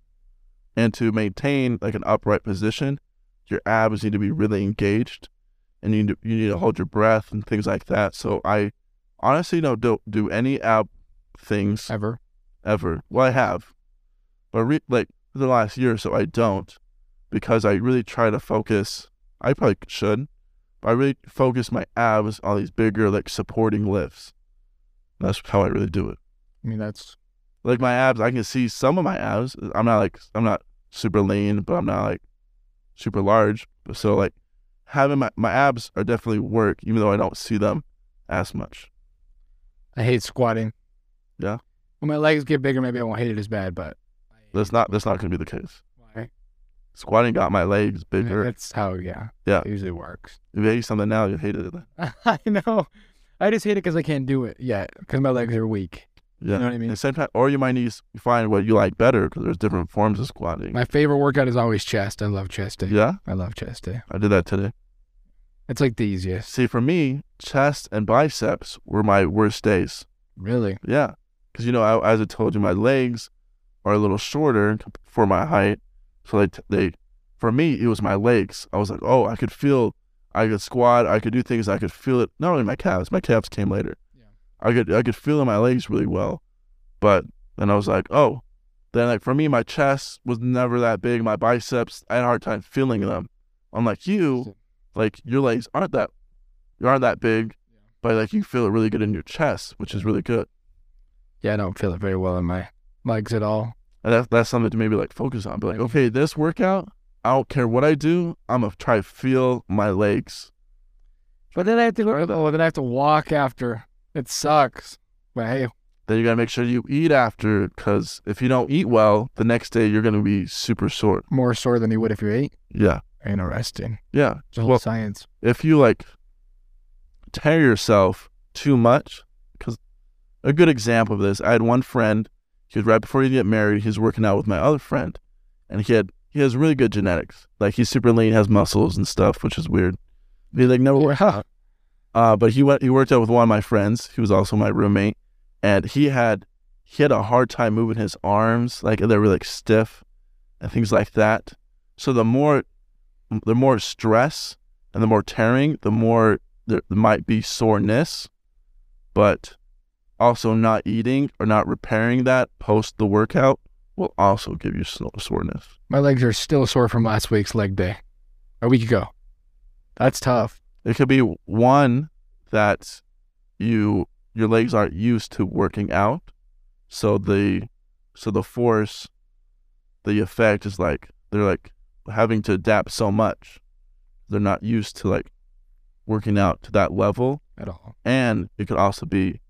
Speaker 1: And to maintain like an upright position, your abs need to be really engaged and you need to, you need to hold your breath and things like that. So I honestly don't, don't do any ab things
Speaker 2: Ever?
Speaker 1: ever. Well, I have, but re- like for the last year or so, I don't because I really try to focus. I probably should, but I really focus my abs on these bigger, like supporting lifts. That's how I really do it.
Speaker 2: I mean, that's
Speaker 1: Like my abs, I can see some of my abs. I'm not like I'm not super lean, but I'm not like super large. So like having my my abs are definitely work, even though I don't see them as much.
Speaker 2: I hate squatting.
Speaker 1: Yeah.
Speaker 2: When my legs get bigger, maybe I won't hate it as bad, but
Speaker 1: That's not that's not gonna be the case. [LAUGHS]
Speaker 2: why?
Speaker 1: Squatting got my legs bigger.
Speaker 2: That's how, yeah.
Speaker 1: Yeah.
Speaker 2: It usually works. [LAUGHS]
Speaker 1: If you hate something now, you hate it.
Speaker 2: I know. I just hate it because I can't do it yet because my legs are weak.
Speaker 1: Yeah.
Speaker 2: You know what I mean?
Speaker 1: And sometimes, or you might need to find what you like better because there's different forms of squatting.
Speaker 2: My favorite workout is always chest. I love chest day.
Speaker 1: yeah,
Speaker 2: I love chest day.
Speaker 1: I did that today.
Speaker 2: It's like the easiest.
Speaker 1: See, for me, chest and biceps were my worst days.
Speaker 2: Really?
Speaker 1: Yeah, because you know, I, as I told you, my legs are a little shorter for my height, so they they for me it was my legs. I was like, oh, I could feel, I could squat, I could do things, I could feel it. Not only my calves, my calves came later.
Speaker 2: Yeah.
Speaker 1: I could I could feel in my legs really well, but then I was like, oh, then like for me, my chest was never that big. My biceps, I had a hard time feeling them. I'm like you, like your legs aren't that you aren't that big,
Speaker 2: Yeah.
Speaker 1: but like you feel it really good in your chest, which is really good.
Speaker 2: Yeah, I don't feel it very well in my legs at all.
Speaker 1: And that's that's something to maybe like focus on. Be like, okay, this workout, I don't care what I do, I'm gonna try to feel my legs.
Speaker 2: But then I have to go. Oh, then I have to walk after. It sucks. But hey,
Speaker 1: Then you gotta make sure you eat after, because if you don't eat well, the next day you're gonna be super sore.
Speaker 2: more sore than you would if you ate.
Speaker 1: Yeah,
Speaker 2: Interesting.
Speaker 1: yeah.
Speaker 2: It's a whole
Speaker 1: Well-
Speaker 2: science.
Speaker 1: If you like tear yourself too much, because a good example of this, I had one friend. He was right before he get married. He was working out with my other friend, and he had he has really good genetics. Like he's super lean, has muscles and stuff, which is weird. He like
Speaker 2: Oh,
Speaker 1: never worked out. Uh, but he went. He worked out with one of my friends. He was also my roommate, and he had he had a hard time moving his arms. Like they were like stiff, and things like that. So the more the more stress and the more tearing, the more there, there might be soreness. But also not eating or not repairing that post the workout will also give you so- soreness.
Speaker 2: My legs are still sore from last week's leg day, a week ago. That's tough.
Speaker 1: It could be one that you your legs aren't used to working out, so the so the force, the effect is like they're like having to adapt so much. They're not used to like working out to that level,
Speaker 2: At all.
Speaker 1: and it could also be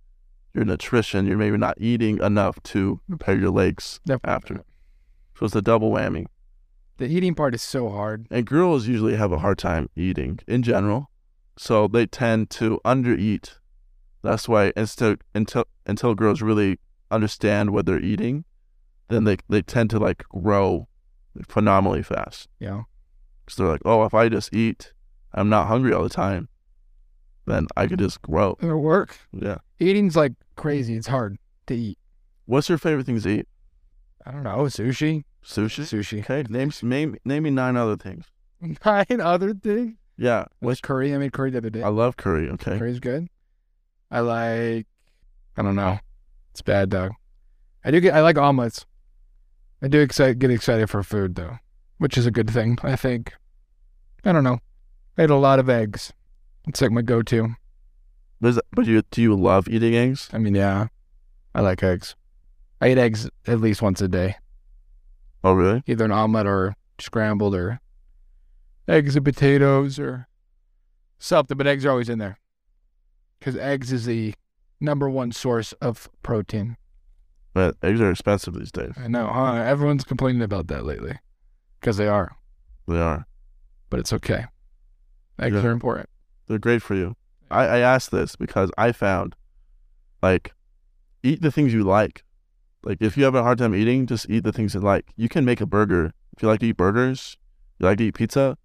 Speaker 1: your nutrition. You're maybe not eating enough to repair your legs
Speaker 2: Definitely
Speaker 1: after.
Speaker 2: not.
Speaker 1: So it's a double whammy.
Speaker 2: The eating part is so hard.
Speaker 1: And girls usually have a hard time eating in general. So they tend to undereat. That's why instead until until girls really understand what they're eating, then they they tend to like grow phenomenally fast.
Speaker 2: You know.
Speaker 1: Cuz they're like, "Oh, if I just eat, I'm not hungry all the time, then I could just grow."
Speaker 2: It'll work.
Speaker 1: Yeah.
Speaker 2: Eating's like crazy. It's hard to eat.
Speaker 1: What's your favorite things to eat?
Speaker 2: I don't know. Sushi.
Speaker 1: Sushi?
Speaker 2: Sushi.
Speaker 1: Okay, name name name me nine other things.
Speaker 2: [LAUGHS] Nine other things.
Speaker 1: Yeah.
Speaker 2: What's curry? I made curry the other day.
Speaker 1: I love curry, okay?
Speaker 2: Curry's good. I like. I don't know. It's bad, dog. I do get. I like omelets. I do excite, get excited for food though, which is a good thing. I think. I don't know. I ate a lot of eggs. It's like my go-to.
Speaker 1: But, is, but you, do you love eating eggs?
Speaker 2: I mean, yeah, I like eggs. I eat eggs at least once a day,
Speaker 1: Oh, really?
Speaker 2: either an omelet or scrambled or eggs and potatoes or something. But eggs are always in there because eggs is the number one source of protein.
Speaker 1: But eggs are expensive these days.
Speaker 2: I know, huh? Everyone's complaining about that lately because they are,
Speaker 1: They are.
Speaker 2: but it's okay. Eggs
Speaker 1: Yeah.
Speaker 2: are important.
Speaker 1: They're great for you. I, I asked this because I found, like, eat the things you like. Like, if you have a hard time eating, just eat the things you like. You can make a burger. If you like to eat burgers, you like to eat pizza,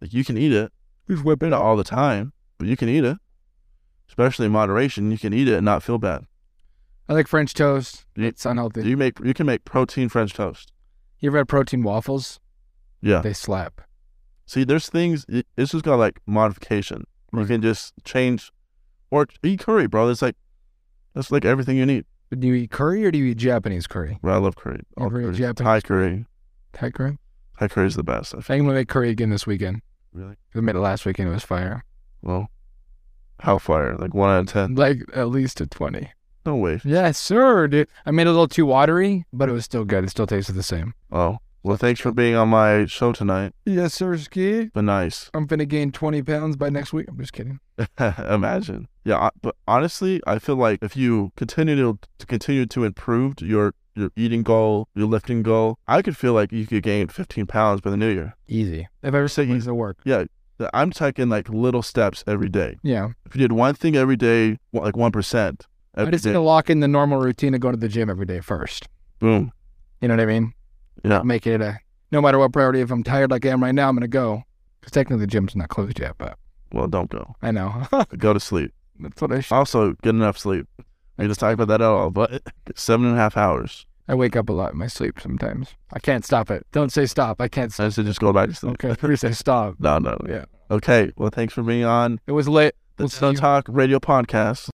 Speaker 1: like, you can eat it.
Speaker 2: He's whipping
Speaker 1: Not all the time, but you can eat it. Especially in moderation, you can eat it and not feel bad.
Speaker 2: I like French toast.
Speaker 1: Yeah.
Speaker 2: It's unhealthy.
Speaker 1: You make you can make protein French toast.
Speaker 2: You ever had protein waffles?
Speaker 1: Yeah.
Speaker 2: They slap.
Speaker 1: See, there's things. it- It's just got like modification. You
Speaker 2: Right.
Speaker 1: can just change, or eat curry, bro. That's like, that's like everything you need.
Speaker 2: But do you eat curry or do you eat Japanese curry?
Speaker 1: Bro, I love curry. All
Speaker 2: Every
Speaker 1: curries.
Speaker 2: Japanese-
Speaker 1: Thai curry.
Speaker 2: Thai curry?
Speaker 1: Thai curry is the best. I
Speaker 2: I think I'm going to make curry again this weekend.
Speaker 1: Really?
Speaker 2: I made it last weekend. It was fire.
Speaker 1: Well, how fire? Like one out of ten?
Speaker 2: Like at least a 20.
Speaker 1: No way.
Speaker 2: Yes, sir, dude. I made it a little too watery, but it was still good. It still tasted the same.
Speaker 1: Oh, well, thanks for being on my show tonight.
Speaker 2: Yes, sir, Ski.
Speaker 1: But nice. [LAUGHS]
Speaker 2: I'm going to gain 20 pounds by next week. I'm just kidding.
Speaker 1: Imagine. Yeah, I, but honestly, I feel like if you continue to, to continue to improve your your eating goal, your lifting goal, I could feel like you could gain 15 pounds by the new year.
Speaker 2: Easy. If I ever
Speaker 1: So
Speaker 2: say
Speaker 1: you-
Speaker 2: easy to work.
Speaker 1: that I'm taking like little steps every day.
Speaker 2: Yeah.
Speaker 1: If you did one thing every day, wa- like one percent,
Speaker 2: I just need to lock in the normal routine of going to the gym every day first.
Speaker 1: boom.
Speaker 2: You know what I mean?
Speaker 1: Yeah.
Speaker 2: Make it a no matter what priority. If I'm tired like I am right now, I'm gonna go because technically the gym's not closed yet, but
Speaker 1: Well, don't
Speaker 2: [LAUGHS]
Speaker 1: go.
Speaker 2: I know.
Speaker 1: Go to sleep.
Speaker 2: That's what I should.
Speaker 1: Also, get enough sleep. We just talked about that at all, but [LAUGHS] seven and a half hours.
Speaker 2: I wake up a lot in my sleep sometimes. I can't stop it. Don't say stop. I can't.
Speaker 1: [LAUGHS]
Speaker 2: Stop.
Speaker 1: I said just go back to sleep.
Speaker 2: Okay, please say stop.
Speaker 1: No, no.
Speaker 2: Yeah.
Speaker 1: Okay. Well, thanks for being on
Speaker 2: It was late.
Speaker 1: the
Speaker 2: We'll see
Speaker 1: Sun
Speaker 2: you.
Speaker 1: Talk Radio Podcast.